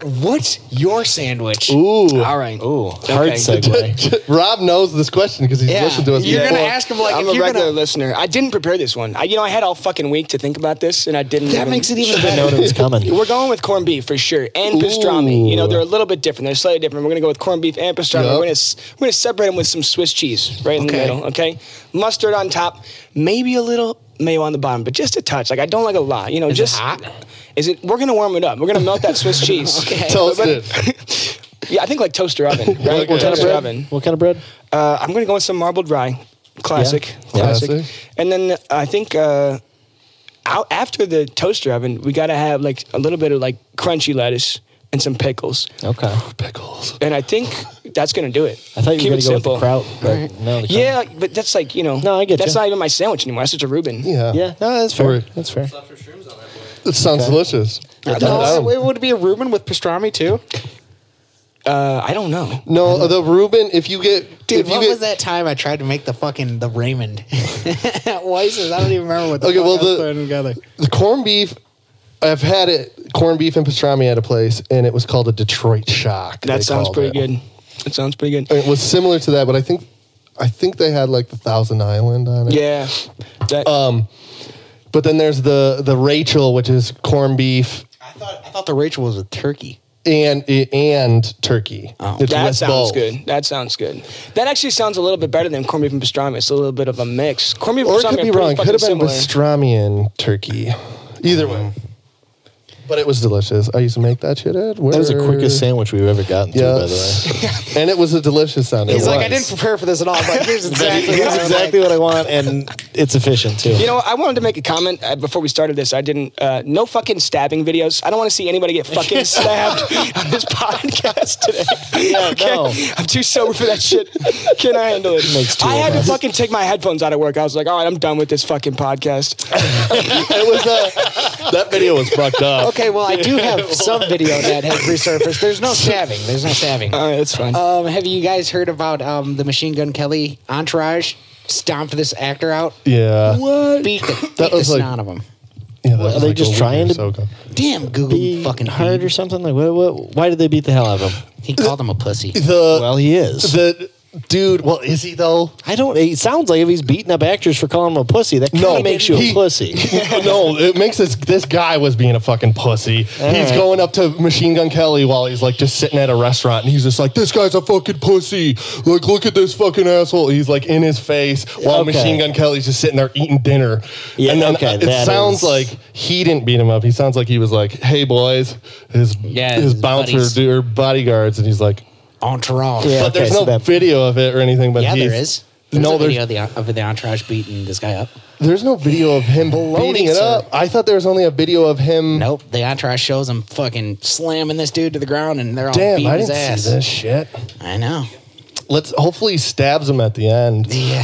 S3: What's your sandwich?
S2: Ooh.
S3: All right.
S5: Ooh, hard
S1: Okay.
S5: segue.
S2: Rob knows this question because he's
S3: Yeah.
S2: listened to us
S3: You're
S2: before.
S3: gonna ask him like
S1: I'm
S3: if
S1: a
S3: you're
S1: regular
S3: gonna.
S1: listener. I didn't prepare this one. I, you know, I had all fucking week to think about this, and I didn't.
S3: That
S1: even-
S3: makes it even
S5: I know
S3: better.
S5: it was coming.
S1: We're going with corned beef for sure, and pastrami. You know,
S2: Ooh.
S1: they're a little bit different. They're slightly different. We're gonna go with corned beef and pastrami.
S2: Yup.
S1: We're gonna s- we're gonna separate them with some Swiss cheese right in the
S3: Okay.
S1: middle. Okay, mustard on top, maybe a little mayo on the bottom, but just a touch. Like I don't like a lot. You know,
S3: Is it
S1: just
S3: hot?
S1: Is it? We're gonna warm it up. We're gonna melt that Swiss cheese. okay.
S2: Toasted.
S1: Yeah, I think like toaster oven. Right?
S2: Okay.
S1: Toaster
S2: Bread?
S1: oven.
S5: What kind of bread?
S1: Uh, I'm gonna go with some marble dry, classic,
S2: Yeah.
S1: classic.
S2: Classic.
S1: And then I think uh, out after the toaster oven, we gotta have like a little bit of like crunchy lettuce and some pickles.
S5: Okay, I
S2: Pickles.
S1: And I think that's gonna do it.
S5: thought you
S1: Keep
S5: were
S1: it
S5: gonna go
S1: simple.
S5: with the kraut, but no. The kraut.
S1: Yeah, but that's like you know.
S5: No, I get
S1: That's
S5: ya.
S1: not even my sandwich anymore. That's just a Reuben.
S2: Yeah.
S5: yeah. No, that's fair.
S2: Or-
S5: That's fair.
S2: It sounds delicious.
S3: No, it would be a Reuben with pastrami too.
S1: Uh, I don't know.
S2: No, the Reuben. If you get,
S3: Dude,
S2: if you
S3: what
S2: get,
S3: was that time I tried to make the fucking the Raymond? Weiss's? I don't even remember what. The
S2: Okay,
S3: fuck
S2: well,
S3: I was
S2: the-
S3: putting together.
S2: The corned beef. I've had it corned beef and pastrami at a place, and it was called a Detroit Shock. they
S1: That sounds
S2: called
S1: pretty
S2: it.
S1: good. That sounds pretty good.
S2: And It was similar to that, but I think, I think they had like the Thousand Island on it.
S1: Yeah. That,
S2: But then there's the the Rachel, which is corned beef
S3: I thought I thought the Rachel was with turkey.
S2: and and turkey.
S3: Oh.
S2: It's
S1: that
S2: with
S1: sounds
S2: both.
S1: good. That sounds good. That actually sounds a little bit better than corned beef and pastrami. It's a little bit of a mix. Corned beef and
S2: Or it
S1: pastrami
S2: could
S1: are
S2: be
S1: pretty
S2: wrong. Could
S1: fucking
S2: have been
S1: similar. Mm-hmm.
S2: pastrami and turkey. Either way. But it was delicious. I used to make that shit at work.
S5: That was the quickest sandwich we've ever gotten
S2: Yeah.
S5: to, by the way.
S2: and it was a delicious sound. It
S3: He's like, I
S2: was.
S3: didn't prepare for this at all. But here's exactly.
S5: That's exactly what I want, and it's efficient too.
S1: You know, I wanted to make a comment uh, before we started this. I didn't. Uh, no fucking stabbing videos. I don't want to see anybody get fucking stabbed on this podcast today.
S5: no.
S1: I'm too sober for that shit. Can I handle it?
S5: Makes two
S1: I
S5: of
S1: had to
S5: us.
S1: fucking take my headphones out of work. I was like, all right, I'm done with this fucking podcast.
S2: It was uh, that video was fucked up.
S3: Okay, well, I do have some video that has resurfaced. There's no stabbing. There's no stabbing.
S1: All right, that's fine.
S2: Uh,
S3: Um, have you guys heard about um, the Machine Gun Kelly entourage stomped this actor out?
S2: Yeah.
S5: what?
S3: Beat the, beat
S2: That
S3: the
S2: was like-
S3: snot of him.
S2: Yeah, that
S5: Are
S2: was
S5: they
S2: like a
S5: just
S2: week
S5: trying
S2: or
S5: to-
S2: so ago.
S3: Damn, Google you
S5: Be
S3: fucking
S5: hard or
S3: hard.
S5: something? Like what, what? Why did they beat the hell out of him?
S3: He called him a pussy.
S2: The
S5: Well, he is.
S2: the dude. Well, is he though?
S5: I don't. It sounds like if he's beating up actors for calling him a pussy, that kind of makes you
S2: he-
S5: a pussy.
S2: no, it makes this this guy was being a fucking pussy. he's
S5: right.
S2: going up to Machine Gun Kelly while he's like just sitting at a restaurant, and he's just like, "This guy's a fucking pussy. Like, look at this fucking asshole." He's like in his face while
S5: Okay.
S2: Machine Gun Kelly's just sitting there eating dinner.
S5: Yeah,
S2: and then uh,
S5: okay,
S2: it
S5: that
S2: sounds
S5: is-
S2: like he didn't beat him up. He sounds like he was like, "Hey boys," his
S3: Yeah,
S2: his,
S3: his
S2: bouncer
S3: buddies.
S2: dude, or bodyguards, and he's like,
S3: Entourage.
S5: Yeah.
S2: "But
S5: okay,
S2: there's
S5: so
S2: no
S5: that-
S2: video of it or anything." But
S3: Yeah, there
S2: he's-
S3: is.
S2: no,
S3: a
S2: there's
S3: video of the, of the entourage beating this guy up.
S2: there's no video of him
S3: Baloney,
S2: beating it
S3: sir.
S2: up. I thought there was only a video of him.
S3: Nope, the entourage shows him fucking slamming this dude to the ground, and they're all
S2: Damn,
S3: beating
S2: I
S3: his
S2: didn't
S3: ass.
S2: see this shit.
S3: I know.
S2: Let's hopefully he stabs him at the end.
S3: Yeah.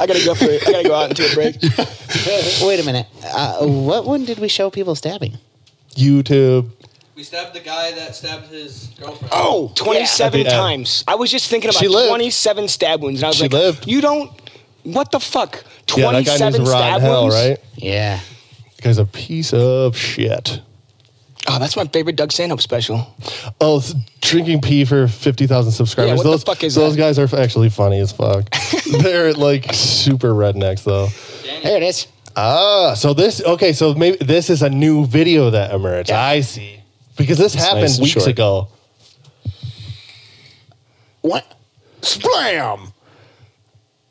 S1: I gotta go for. I gotta go out into a break.
S3: Wait a minute. Uh, what one did we show people stabbing?
S2: YouTube.
S8: We stabbed the guy that stabbed his girlfriend.
S1: Oh, 27
S2: At the end.
S1: times. I was just thinking about
S2: She lived.
S1: 27 stab wounds, and I was
S2: She
S1: like,
S2: lived.
S1: you don't. What the fuck?
S2: Yeah, that guy needs
S1: 27
S2: a
S1: stab
S2: rotten hell,
S1: wounds.
S2: right?
S3: Yeah.
S2: That guy's a piece of shit.
S1: Oh, that's my favorite Doug Stanhope special.
S2: Oh, s- drinking pee for fifty thousand subscribers.
S1: Yeah, what the
S2: those
S1: fuck is
S2: those
S1: that?
S2: guys are actually funny as fuck. They're like super rednecks though.
S3: There it is.
S2: Ah, so this okay? So maybe this is a new video that emerged. I see because this happened
S5: nice and
S2: weeks
S5: short.
S2: ago.
S3: What? Splam!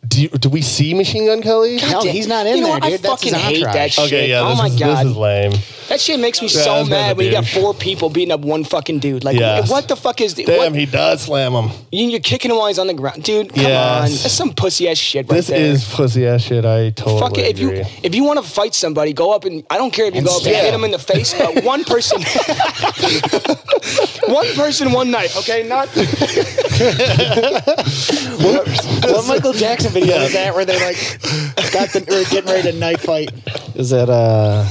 S2: Do, you, do we see Machine Gun Kelly?
S1: Damn,
S3: No, he's not in
S1: you know
S3: there,
S1: what?
S3: dude.
S1: I
S3: That's
S1: fucking
S3: his
S1: hate that
S3: entourage.
S1: shit.
S2: Okay, yeah.
S1: oh
S2: this
S1: my
S2: is,
S1: god.
S2: this is lame.
S1: That shit makes me
S2: Yeah,
S1: so
S2: that's not a
S1: mad when you got
S2: douche.
S1: four people beating up one fucking dude. Like,
S2: Yes.
S1: what the fuck is the,
S2: Damn,
S1: what,
S2: he does slam him.
S1: you- you're kicking him while he's on the ground, dude? Come
S2: Yes.
S1: on, that's some pussy ass shit. Right
S2: This
S1: there.
S2: is pussy ass shit. I totally
S1: Fuck it. If you
S2: agree.
S1: if you want to fight somebody, go up and I don't care if you
S3: And
S1: go up and
S3: stab.
S1: hit him in the face, but one person, one person, one knife. Okay, not
S3: What Michael Jackson video is that where they like got the or getting ready to knife fight?
S5: Is that uh?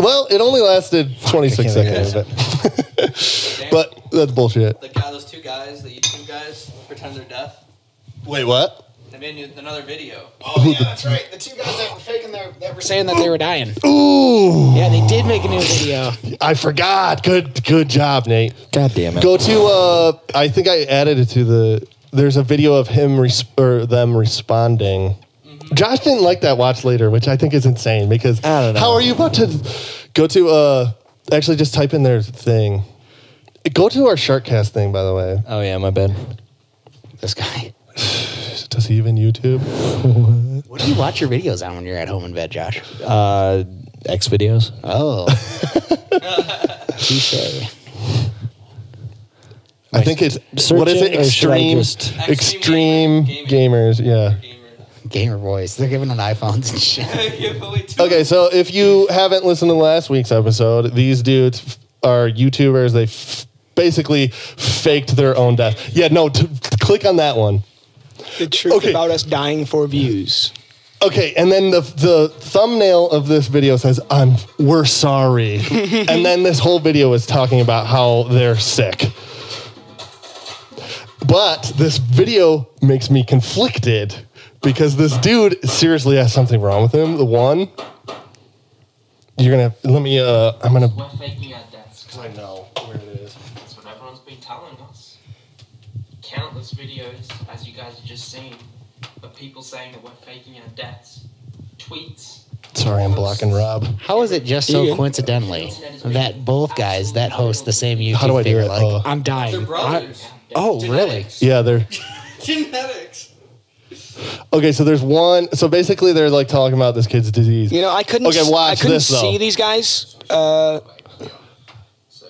S2: Well, it only lasted 26
S5: think of
S2: seconds,
S5: it.
S2: but that's bullshit.
S8: The guy, those two guys, the YouTube guys, pretend they're deaf.
S2: Wait, what?
S8: They made you- another video.
S3: Oh yeah, that's right. The two guys that were faking their that were saying that they were dying.
S2: Ooh,
S3: Yeah, they did make a new video.
S2: I forgot. Good, good job, Nate.
S5: God damn it!
S2: Go to. Uh, I think I added it to the. There's a video of him res- or them responding. Josh didn't like that watch later, which I think is insane because
S5: I don't know.
S2: how are you about to go to? Uh, actually, just type in their thing. Go to our Sharkcast thing, by the way.
S5: Oh yeah, my bad.
S3: This guy.
S2: Does he even YouTube?
S3: What do you watch your videos on when you're at home in bed, Josh?
S5: Uh, X videos.
S3: Oh. Touche.
S2: I think it's
S5: Search
S2: what is
S5: it
S2: it?
S5: or should I
S2: Extreme,
S5: just-
S2: extreme
S8: Extreme
S2: gamers.
S8: gamers.
S2: Yeah.
S8: Gamer.
S3: Gamer boys. They're giving them iPhones and shit.
S8: Give away two
S2: Okay, so if you haven't listened to last week's episode, these dudes f- are YouTubers. They f- basically faked their own death. Yeah, no, t- click on that one.
S1: the truth
S2: Okay.
S1: about us dying for views.
S2: Okay, and then the the thumbnail of this video says, "I'm we're sorry," and then this whole video is talking about how they're sick. But this video makes me conflicted because this dude seriously has something wrong with him. The one you're gonna let me. Uh, I'm gonna.
S9: We're faking our deaths.
S2: I know where it is.
S9: That's what everyone's been telling us. Countless videos, as you guys have just seen, of people saying that we're faking our deaths. Tweets.
S2: Sorry, I'm blocking Rob.
S3: How is it just so
S1: Yeah.
S3: coincidentally that both guys that host the same YouTube
S2: How do I do
S3: video are
S2: it?
S3: like,
S2: Uh,
S3: I'm
S8: They're
S3: dying.
S8: brothers.
S3: Oh, really?
S8: Genetics.
S2: Yeah, they're.
S8: Genetics.
S2: Okay, so there's one. So basically, they're like talking about this kid's disease.
S1: You know, I couldn't.
S2: Okay,
S1: s- I
S2: watch
S1: couldn't
S2: this, though.
S1: see these guys. Uh,
S9: So,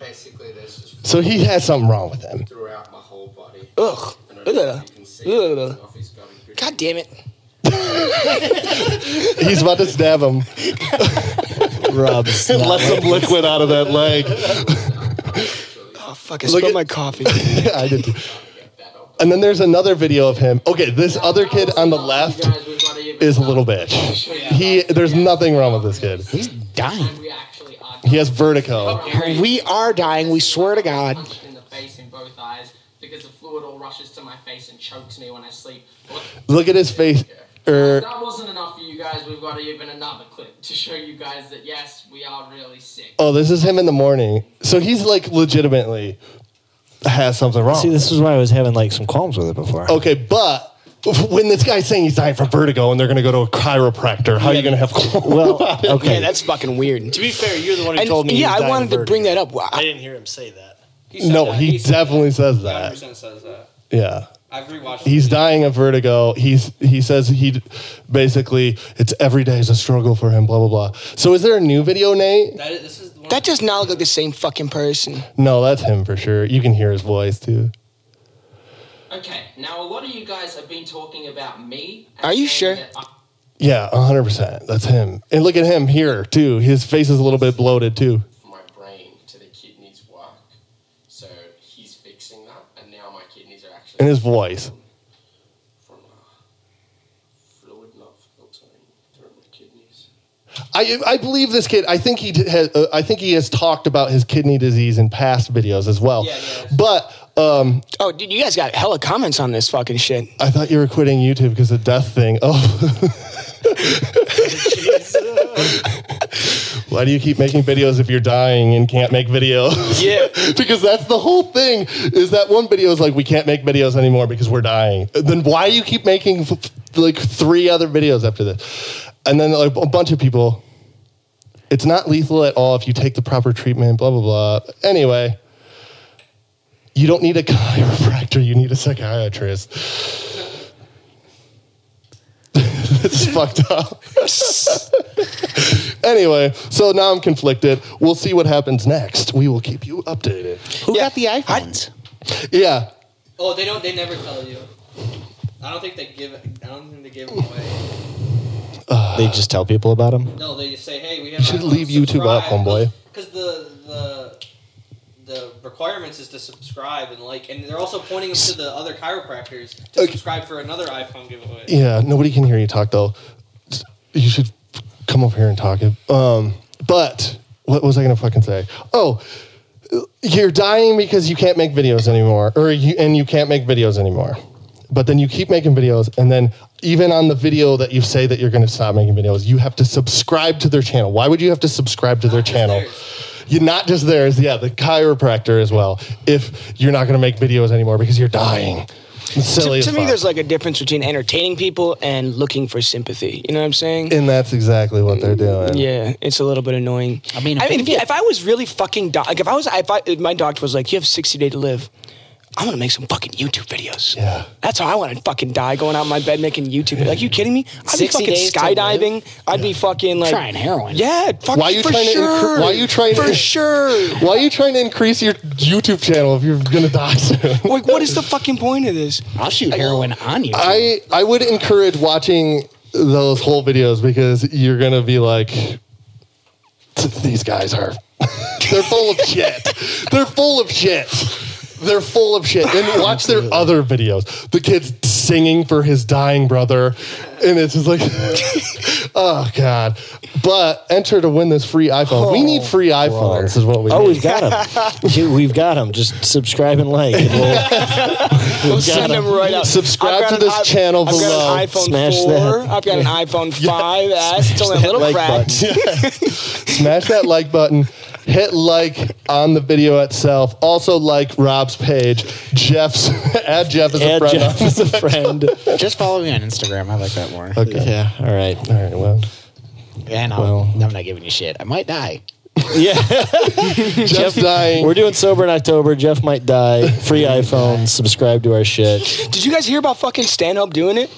S9: basically, there's just
S2: So he has something wrong with him.
S9: throughout my whole body.
S1: ugh. Ugh. Ugh. God damn it.
S2: He's about to stab him.
S5: Rob's
S2: Let some liquid out of that leg.
S1: Oh fuck! I
S2: Look
S1: spilled
S2: at-
S1: my coffee.
S2: Yeah, I did. too. And then there's another video of him. Okay, this other kid on the left is a little bitch. He there's nothing wrong with this kid.
S3: He's dying.
S9: We actually are
S2: He has vertigo.
S3: We are dying. We swear to God.
S9: punched in the face in both eyes because the fluid all rushes to my face and chokes me when I sleep. What?
S2: Look at his face. Er,
S9: That wasn't enough for you guys. We've got even another clip to show you guys that yes, we are really sick.
S2: oh, this is him in the morning. So he's like legitimately has something wrong.
S5: See, this is why I was having like some qualms with it before.
S2: Okay, but when this guy's saying he's dying from vertigo and they're gonna go to a chiropractor, how are you gonna have?
S5: Well,
S1: Yeah,
S5: okay.
S1: that's fucking weird.
S5: be fair, you're the one
S1: And, yeah, I wanted to bring that up. Wow.
S5: didn't hear him say that.
S8: He said
S2: No,
S8: that.
S2: he
S8: said
S2: definitely says
S8: that.
S2: that.
S8: 100% says that.
S2: Yeah.
S8: I've rewatched.
S2: he's
S8: the video.
S2: dying of vertigo. He's he says he d- basically it's every day is a struggle for him. Blah blah blah. So is there a new video, Nate?
S8: That is, this is the one
S1: That does not look like the same fucking person.
S2: No, that's him for sure. You can hear his voice too.
S9: Okay, now a lot of you guys have been talking about me. and
S1: Are you
S9: saying
S1: sure?
S9: that I-
S2: Yeah, hundred percent. That's him. And look at him here too. His face is a little bit bloated too.
S9: my brain to the kidneys work. So he's fixing that, and now my kidneys are actually
S2: And his voice.
S9: from uh, fluid not filtering through my kidneys.
S2: I I believe this kid. I think he did, has. Uh, I think he has talked about his kidney disease in past videos as well.
S8: Yeah, yeah.
S2: But um,
S1: Oh, dude, you guys got hella comments on this fucking shit.
S2: I thought you were quitting YouTube because the death thing. Oh. Why do you keep making videos if you're dying and can't make videos?
S1: Yeah.
S2: because that's the whole thing. Is that one video is like we can't make videos anymore because we're dying. Then why do you keep making f- f- like three other videos after this? And then like a bunch of people. It's not lethal at all if you take the proper treatment. Blah blah blah. Anyway, you don't need a chiropractor. You need a psychiatrist. this is fucked up. Anyway, so now I'm conflicted. We'll see what happens next. We will keep you updated.
S3: Who
S1: Yeah.
S3: got the iPhones?
S2: Yeah.
S8: Oh, they don't. They never tell you. I don't think they give. I don't think they give them away.
S5: They just tell people about them.
S8: No, they just say, "Hey, we have."
S2: You should leave YouTube up, homeboy.
S8: Because the the the requirements is to subscribe and like, and they're also pointing us to the other chiropractors to
S2: Okay.
S8: subscribe for another iPhone giveaway.
S2: Yeah, nobody can hear you talk though. You should come up here and talk. Um, but what was I gonna fucking say? Oh, you're dying because you can't make videos anymore, or you and you can't make videos anymore. But then you keep making videos, and then even on the video that you say that you're gonna stop making videos, you have to subscribe to their channel. Why would you have to subscribe to their
S8: just
S2: channel?
S8: theirs.
S2: You're not just theirs, yeah, the chiropractor as well. If you're not gonna make videos anymore because you're dying. It's
S1: To,
S2: silly as
S1: to me,
S2: fuck.
S1: there's like a difference between entertaining people and looking for sympathy. You know what I'm saying?
S2: And that's exactly what they're doing.
S1: Yeah, it's a little bit annoying.
S3: I mean,
S1: I
S3: if
S1: mean,
S3: you
S1: if, you-
S3: get-
S1: if I was really fucking do- like, if I was, if I, if my doctor was like, "You have sixty days to live," I'm gonna make some fucking YouTube videos.
S2: Yeah.
S1: that's how I want to fucking die, going out in my bed making YouTube. Like, you kidding me? I'd be
S3: 60
S1: fucking
S3: days to
S1: skydiving. I'd be fucking like
S3: Trying heroin.
S1: Yeah, fuck,
S2: Why are you
S1: for
S2: trying to incre-
S1: sure.
S2: why are you trying to-
S1: for sure?
S2: Why are you trying to increase your YouTube channel if you're gonna die soon?
S1: Like, what is the fucking point of this?
S3: I'll shoot heroin on you.
S2: I I would encourage watching those whole videos because you're gonna be like, these guys are, they're full of shit. They're full of shit. They're full of shit. And watch their other videos. The kid's singing for his dying brother, and it's just like, oh god. But enter to win this free iPhone. we need free iPhones. Is what we
S5: Oh,
S2: need.
S5: we've got them. we've got them. Just subscribe and like. and we'll-
S1: We'll
S5: got
S1: send
S5: a-
S1: them right up.
S2: Subscribe
S1: I've got
S2: to
S1: an
S2: this
S1: i-
S2: channel
S1: I've
S2: below.
S1: got an iPhone
S5: Smash
S1: 4.
S5: that.
S1: I've got an iPhone 5S. It's only a
S5: that
S1: little
S5: like
S1: cracked.
S2: smash that like button hit like on the video itself also like rob's page jeff's add jeff as a
S5: Add
S2: friend
S5: Jeff as a friend.
S3: Just follow me on Instagram. I like that more.
S2: okay
S5: Yeah. All right.
S2: all right well
S3: And I'll,
S5: Well-
S3: I'm not giving you shit. I might die.
S5: Yeah.
S2: jeff's dying
S5: We're doing sober in October. Jeff might die. Free iPhone. Subscribe to our shit.
S1: Did you guys hear about fucking Stanhope doing it?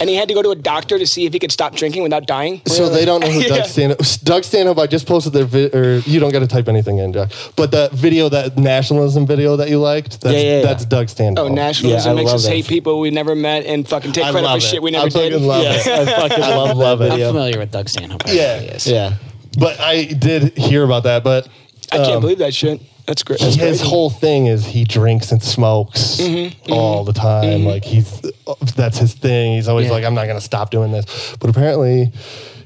S1: And he had to go to a doctor to see if he could stop drinking without dying.
S2: so they don't know who Doug Stanhope. Doug Stanhope. I just posted their vi- or you don't got to type anything in, Doug. But that video, that nationalism video that you liked, that's,
S5: Yeah, yeah, yeah.
S2: that's Doug Stanhope.
S1: Oh, nationalism
S5: Yeah, I
S1: makes
S5: love
S1: us
S5: that.
S1: hate people we never met and fucking take
S2: I
S1: credit for
S2: love it.
S1: shit we
S2: I
S1: never
S2: fucking
S1: did.
S2: love it.
S5: Yes, I fucking love love
S3: I'm
S5: video.
S3: familiar with Doug Stanhope. I
S2: Yeah.
S3: know he is.
S5: Yeah.
S2: But I did hear about that. But
S1: I can't
S2: um,
S1: believe that shit. That's great. That's
S2: his
S1: crazy. Mm-hmm,
S2: whole thing is he drinks and smokes all the time. Like he's uh, that's his thing. He's always
S3: Yeah.
S2: like, I'm not gonna stop doing this. But apparently,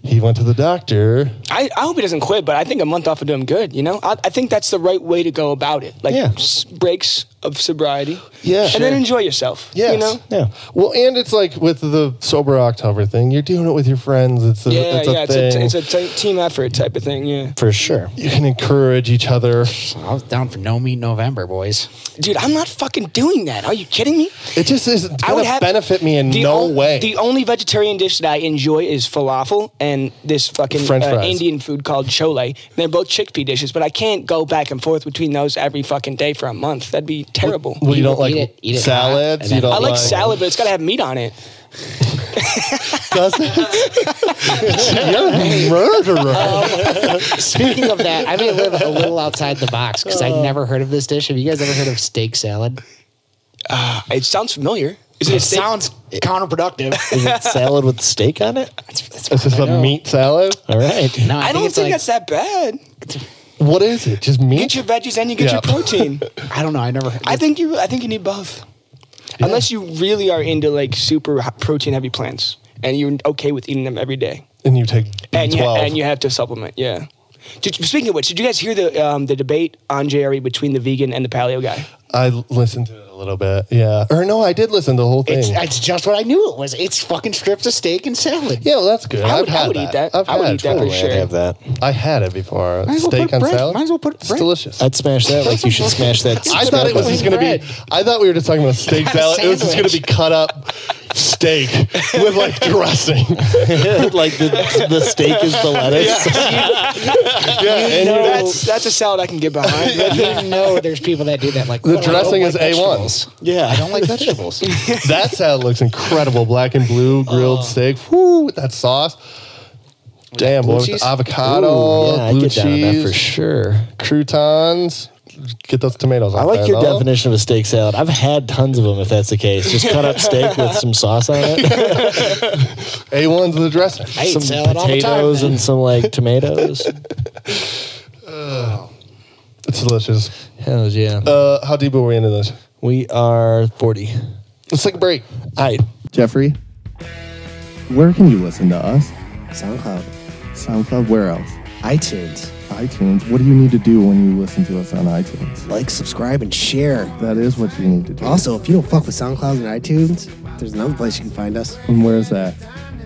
S2: he went to the doctor.
S1: I, I hope he doesn't quit, but I think a month off of doing good, you know? I, I think that's the right way to go about it. Like,
S2: Yeah.
S1: s- breaks of sobriety.
S2: Yeah.
S1: And then
S2: Sure.
S1: enjoy yourself.
S2: Yes.
S1: You know?
S5: Yeah.
S2: Well, and it's like with the sober October thing, you're doing it with your friends. It's a,
S1: Yeah,
S2: it's a
S1: yeah. It's
S2: thing.
S1: a, it's a t- team effort type of thing, yeah.
S5: For sure.
S2: you can encourage each other.
S3: I was down for No Meat November, boys.
S1: Dude, I'm not fucking doing that. Are you kidding me?
S2: It just isn't gonna benefit me in
S1: the
S2: no
S1: on-
S2: way.
S1: The only vegetarian dish that I enjoy is falafel and this fucking
S2: French
S1: uh,
S2: fries.
S1: Indian food called chole. They're both chickpea dishes, but I can't go back and forth between those every fucking day for a month. That'd be terrible.
S2: well, you don't like
S3: Eat it- eat it hot,
S2: salads.
S3: and
S2: You
S3: then-
S2: don't
S1: I like salad, but it's got to have meat on it.
S2: Does it? You're a murderer.
S1: Um,
S3: Speaking of that, I may live a little outside the box because I never heard of this dish. Have you guys ever heard of steak salad?
S1: It sounds familiar. Is it, a
S3: It
S1: steak?
S3: sounds counterproductive.
S5: Is it salad with steak on it?
S3: That's- that's
S2: it's just
S3: what I
S2: a
S3: know.
S2: meat salad.
S5: All right.
S3: No,
S1: I, don't
S3: it's
S1: think
S3: like-
S1: that's that bad.
S2: What is it? Just meat?
S1: Get your veggies and you get
S2: Yeah.
S1: your protein.
S3: I don't know. I never.
S1: I think you. I think you need both, unless you really are into like super protein heavy plants and you're okay with eating them every day.
S2: and you take
S1: and you,
S2: B12.
S1: and you have to supplement. Yeah. Did, you- speaking of which, did you guys hear the um, the debate on Jerry between the vegan and the paleo guy?
S2: I listened to it a little bit. Yeah. Or no, I did listen to the whole thing.
S3: It's, it's just what I knew it was. It's fucking strips of steak and salad.
S2: yeah, well, that's good.
S1: I
S2: I've
S1: would- I
S2: had
S1: would eat that.
S2: I've
S1: I would
S2: had
S1: eat that for
S2: totally.
S1: sure.
S5: I'd have that.
S2: I had it before.
S3: as well
S2: Steak
S3: put
S2: on
S3: bread-
S2: salad.
S3: might as well put
S2: It's
S3: bread.
S2: delicious.
S5: I'd smash that like you should smash that.
S2: I thought it was just gonna be.
S3: bread.
S2: I thought we were just talking about steak salad. It was just gonna be
S3: sandwich.
S2: cut up steak with like dressing.
S5: like the, the steak is the lettuce.
S2: Yeah, and you-
S1: That's that's a salad I can get behind.
S3: You know, there's people that do that. Like
S2: The
S3: "Oh, I don't
S2: dressing is
S3: like
S2: A1.
S3: vegetables.
S5: Yeah.
S3: I don't like vegetables.
S2: that salad looks incredible. Black and blue grilled steak. Whoo, that sauce. Damn, boy,
S5: Blue
S2: with the
S5: cheese?
S2: avocado,
S5: yeah, I
S2: blue
S5: get down on that
S2: cheese,
S5: for sure.
S2: croutons. Get those tomatoes.
S5: I
S2: off
S5: like
S2: there,
S5: your
S2: though.
S5: definition of a steak salad. I've had tons of them. If that's the case, just cut up steak with some sauce on it,
S2: A one's the dressing.
S3: I eat
S5: some
S3: salad all the time.
S5: potatoes,
S3: man.
S5: and some like tomatoes.
S2: It's delicious.
S5: Hell yeah!
S2: Uh, how deep are we into this?
S5: we are forty.
S2: Let's take a break.
S5: I
S10: Jeffrey, where can you listen to us? SoundCloud. SoundCloud, where else?
S3: iTunes.
S10: iTunes. What do you need to do when you listen to us on iTunes?
S11: Like, subscribe, and share.
S10: That is what you need to do.
S11: Also, if you don't fuck with SoundCloud and iTunes, there's another place you can find us
S10: And where's that?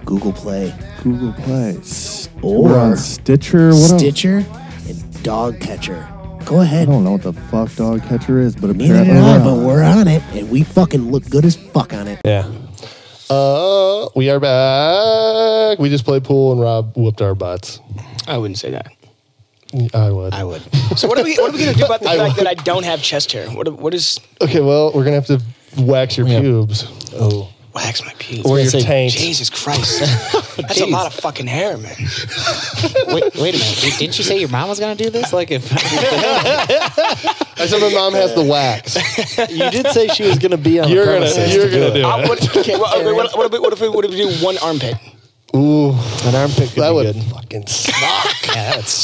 S11: Google Play,
S10: Google Play. S- We're on
S11: or
S10: Stitcher. What else?
S11: Stitcher, and Dogcatcher. Go
S10: I
S11: ahead.
S10: don't know what the fuck dog catcher is, but
S11: Neither
S10: apparently
S11: do I,
S10: we're
S11: but
S10: on.
S11: we're on it, and we fucking look good as fuck on it.
S5: yeah.
S2: Uh, we are back. We just played pool and Rob whooped our butts.
S1: I wouldn't say that.
S2: I would.
S3: I would.
S1: So what are we? What are we gonna do about the fact that I don't have chest hair? What? What is
S2: Okay, well, we're gonna have to wax your pubes
S5: Oh,
S1: wax my pubes?
S2: or your
S5: say,
S2: taint.
S1: Jesus Christ, that's a lot of fucking hair, man.
S3: wait, wait a minute. Didn't you say your mom was gonna do this? Like if
S2: I said my mom has the wax.
S5: you did say she was going to be on.
S2: You're
S5: the
S2: gonna,
S5: premises
S2: you're
S5: to
S2: gonna do
S1: Uh,
S2: it.
S1: what, okay, well, okay, what, what, if we- what if we what if we do one armpit?
S2: Ooh,
S5: An armpit could
S2: that
S5: be
S2: would
S5: good.
S2: fucking suck.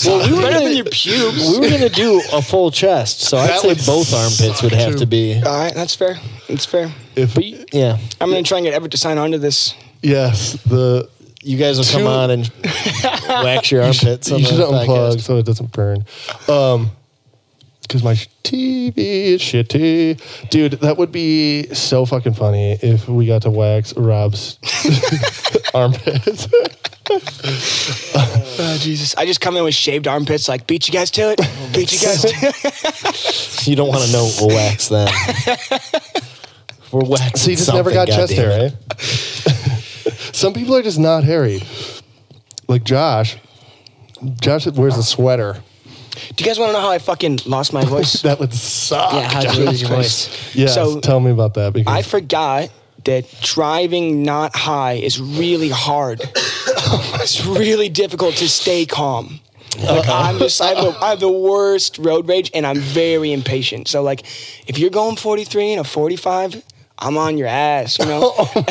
S5: Well, we were
S1: Better
S5: gonna-
S1: than your pubes.
S5: we were going to do a full chest, so I'd
S2: That
S5: say
S2: would
S5: both armpits would have to be.
S1: All right, that's fair. That's fair.
S2: if
S5: Yeah,
S1: I'm gonna try and get Everett to sign on to this.
S2: yes, the
S5: you guys will come
S2: Two-
S5: on and wax your armpits.
S2: you
S5: on
S2: should
S5: the
S2: unplug
S5: podcast.
S2: so it doesn't burn. Um, because my sh- TV is shitty, dude. That would be so fucking funny if we got to wax Rob's armpits.
S1: Oh Jesus! I just come in with shaved armpits, like beat you guys to it. Beat you guys to it.
S5: You don't want to know what we'll wax then. We're waxing.
S2: So you just never got
S5: something,
S2: chest hair,
S5: goddammit.
S2: right? Some people are just not hairy. Like Josh. Josh wears a sweater.
S1: Do you guys want to know how I fucking lost my voice?
S2: That would suck.
S3: yeah, how'd you lose your voice?
S2: Yes,
S1: So-
S2: tell me about that
S1: I
S2: because
S1: forgot that driving not high is really hard. it's really difficult to stay calm. Like I'm just, I have, the, I have the worst road rage, and I'm very impatient. So like, if you're going 43 and a 45, I'm on your ass. You know,
S2: you're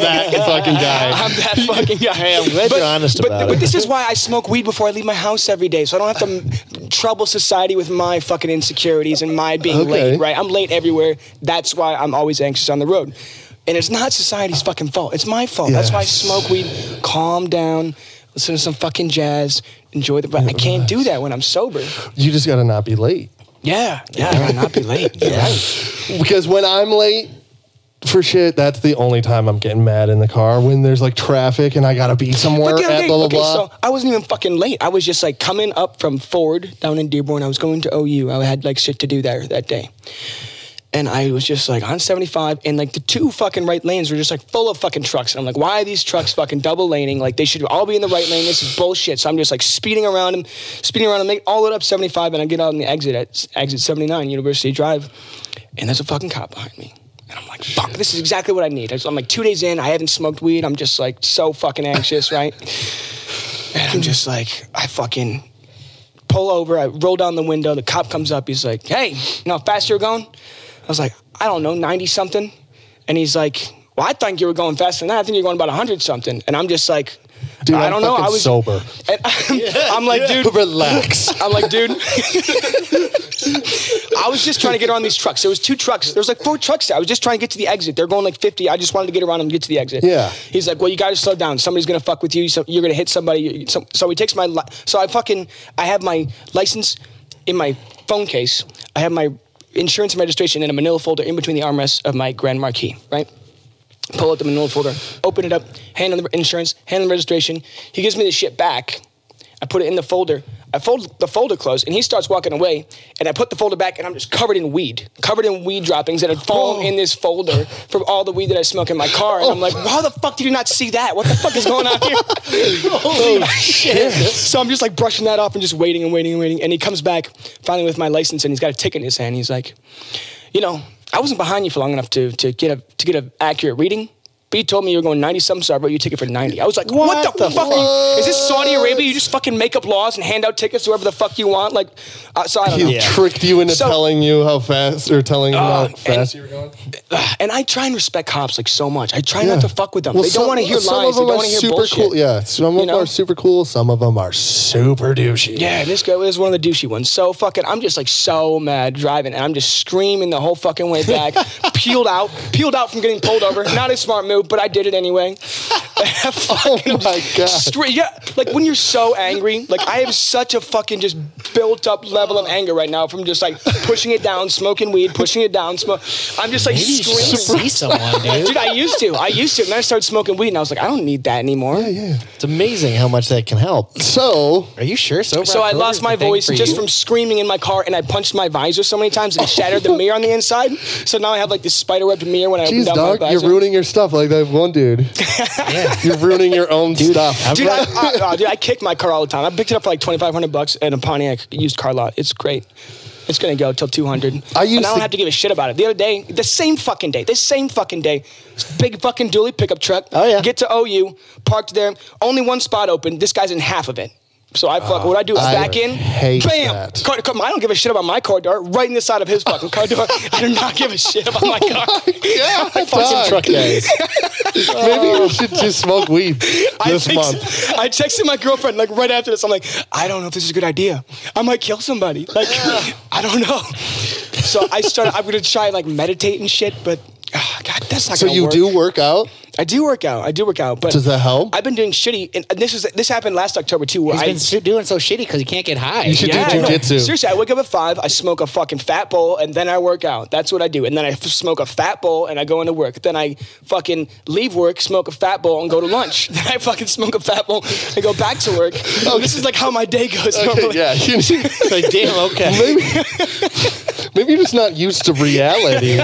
S2: that fucking guy.
S1: I'm that fucking guy. Hey, I'm
S5: glad you're honest
S1: but,
S5: about
S1: but
S5: it.
S1: this is why I smoke weed before I leave my house every day, so I don't have to m- trouble society with my fucking insecurities and my being
S2: Okay.
S1: late. Right? I'm late everywhere. That's why I'm always anxious on the road. And it's not society's fucking fault. It's my fault. That's why I
S2: Yes.
S1: smoke weed. Calm down. Listen to some fucking jazz. Enjoy the. But I can't do that when I'm sober.
S2: You just gotta not be late.
S1: Yeah. Yeah. I gotta not be late. You're right.
S2: Because when I'm late for shit, that's the only time I'm getting mad in the car when there's like traffic and I gotta be somewhere
S1: But the other
S2: at
S1: day-
S2: blah blah
S1: okay,
S2: blah.
S1: So I wasn't even fucking late. I was just like coming up from Ford down in Dearborn. I was going to OU. I had like shit to do there that day. And I was just like on 75, and like the two fucking right lanes were just like full of fucking trucks. And I'm like, why are these trucks fucking double laning? Like they should all be in the right lane. This is bullshit. So I'm just like speeding around them, speeding around and make all it up 75, and I get out on the exit at exit 79, University Drive, and there's a fucking cop behind me. And I'm like, fuck, this is exactly what I need. I'm like two days in, I haven't smoked weed. I'm just like so fucking anxious, right? And I'm just like, I fucking pull over. I roll down the window. The cop comes up. He's like, hey, you know how fast you're going? I was like, I don't know, 90 something. And he's like, well, I think you were going faster than that. I think you're going about 100 something. And I'm just like,
S2: Dude,
S1: I
S2: I'm
S1: don't know. I
S2: fucking
S1: was
S2: sober.
S1: And I'm, I'm like, dude,
S2: relax.
S1: I'm like, dude. I was just trying to get around these trucks. There was two trucks. There was like four trucks there. I was just trying to get to the exit. They're going like 50. I just wanted to get around them and get to the exit.
S2: Yeah.
S1: He's like, well, you got to slow down. Somebody's gonna fuck with you. So you're gonna hit somebody. You- So, so he takes my. Li- so I fucking. I have my license in my phone case. I have my insurance and registration in a manila folder in between the armrests of my Grand Marquis. Right pull out the manila folder, open it up, hand him the insurance, hand him the registration. He gives me the shit back. I put it in the folder. I fold the folder closed, and he starts walking away. And I put the folder back, and I'm just covered in weed, covered in weed droppings that had fallen in this folder from all the weed that I smoke in my car. And I'm like, how the fuck did you not see that? What the fuck is going on here? Holy shit! so I'm just like brushing that off and just waiting and waiting and waiting. And he comes back finally with my license, and he's got a ticket in his hand. He's like, you know, I wasn't behind you for long enough to to get a to get an accurate reading, B told me you were going 90 something, so I wrote you a ticket for 90. I was like, what, the, fuck? Is this Saudi Arabia? You just fucking make up laws and hand out tickets to whoever the fuck you want? Like, uh, so I don't know.
S2: He tricked you into
S1: So-
S2: telling you how fast or telling you
S1: Uh,
S2: how
S1: and-
S2: fast you were going.
S1: And I try and respect cops like so much. I try
S2: Yeah.
S1: not to fuck with them. they don't
S2: some-
S1: want to hear
S2: some
S1: lies. They
S2: Of them
S1: don't
S2: are
S1: want to hear
S2: super
S1: bullshit.
S2: cool. Yeah, some of them are super cool. Some of them are super douchey.
S1: Yeah, this guy was one of the douchey ones. So fucking, I'm just like so mad driving, and I'm just screaming the whole fucking way back, peeled out, peeled out from getting pulled over. Not a smart move, but I did it anyway. oh
S2: my god!
S1: Straight, yeah, like when you're so angry, like I have such a fucking just built up level of anger right now from just like pushing it down, smoking weed, pushing it down, smoke. I'm just like
S3: Maybe you should
S1: screaming.
S3: see someone, dude.
S1: I used to, I used to, and then I started smoking weed, and I was like, I don't need that anymore. Yeah,
S2: yeah.
S5: It's amazing how much that can help.
S2: So,
S3: Are you sure? So,
S1: So I lost my voice just from screaming in my car, and I punched my visor so many times it shattered the mirror on the inside. So now I have like this spiderwebbed mirror when I
S2: Jeez,
S1: open up
S2: dog,
S1: my
S2: you're
S1: visor.
S2: ruining your stuff like that one dude. You're ruining your own stuff.
S1: Dude, I, I, oh, dude, I kick my car all the time. I picked it up for like twenty five hundred bucks at a Pontiac used car lot. It's great. It's gonna go till two hundred.
S2: I used
S1: and I don't
S2: to-
S1: have to give a shit about it. The other day, the same fucking day, the same fucking day, this big fucking dually pickup truck. Oh yeah. Get to OU, parked there. Only one spot open. This guy's in half of it. So I fuck. what I do is
S2: Oh, I
S1: back in,
S2: hate
S1: bam,
S2: that.
S1: Car, car- I don't give a shit about my car door. Right in the side of his fucking car door. I do not give a shit about my car.
S2: Yeah,
S1: I fucking
S5: truck days.
S2: Maybe you should just smoke weed
S1: I
S2: this
S1: text-
S2: month.
S1: I texted my girlfriend like right after this. I'm like, I don't know if this is a good idea. I might kill somebody. Like, I don't know. So I started. I'm gonna try and like meditate and shit, but ah, God, that's not.
S2: So
S1: gonna
S2: you
S1: work.
S2: do work out?
S1: I do work out. I do work out, but
S2: Does that help?
S1: I've been doing shitty, and and this is this happened last October too. Where
S3: He's
S1: I
S3: been su- doing so shitty because he can't get high.
S2: You should do
S1: I know.
S2: jujitsu.
S1: Seriously, I wake up at five, I smoke a fucking fat bowl, and then I work out. That's what I do. And then I f- smoke a fat bowl and I go into work. Then I fucking leave work, smoke a fat bowl, and go to lunch. then I fucking smoke a fat bowl and go back to work. Oh, this is like how my day goes
S2: Okay,
S1: normally.
S2: yeah. You need,
S5: like, damn, okay.
S2: maybe, maybe you're just not used to reality.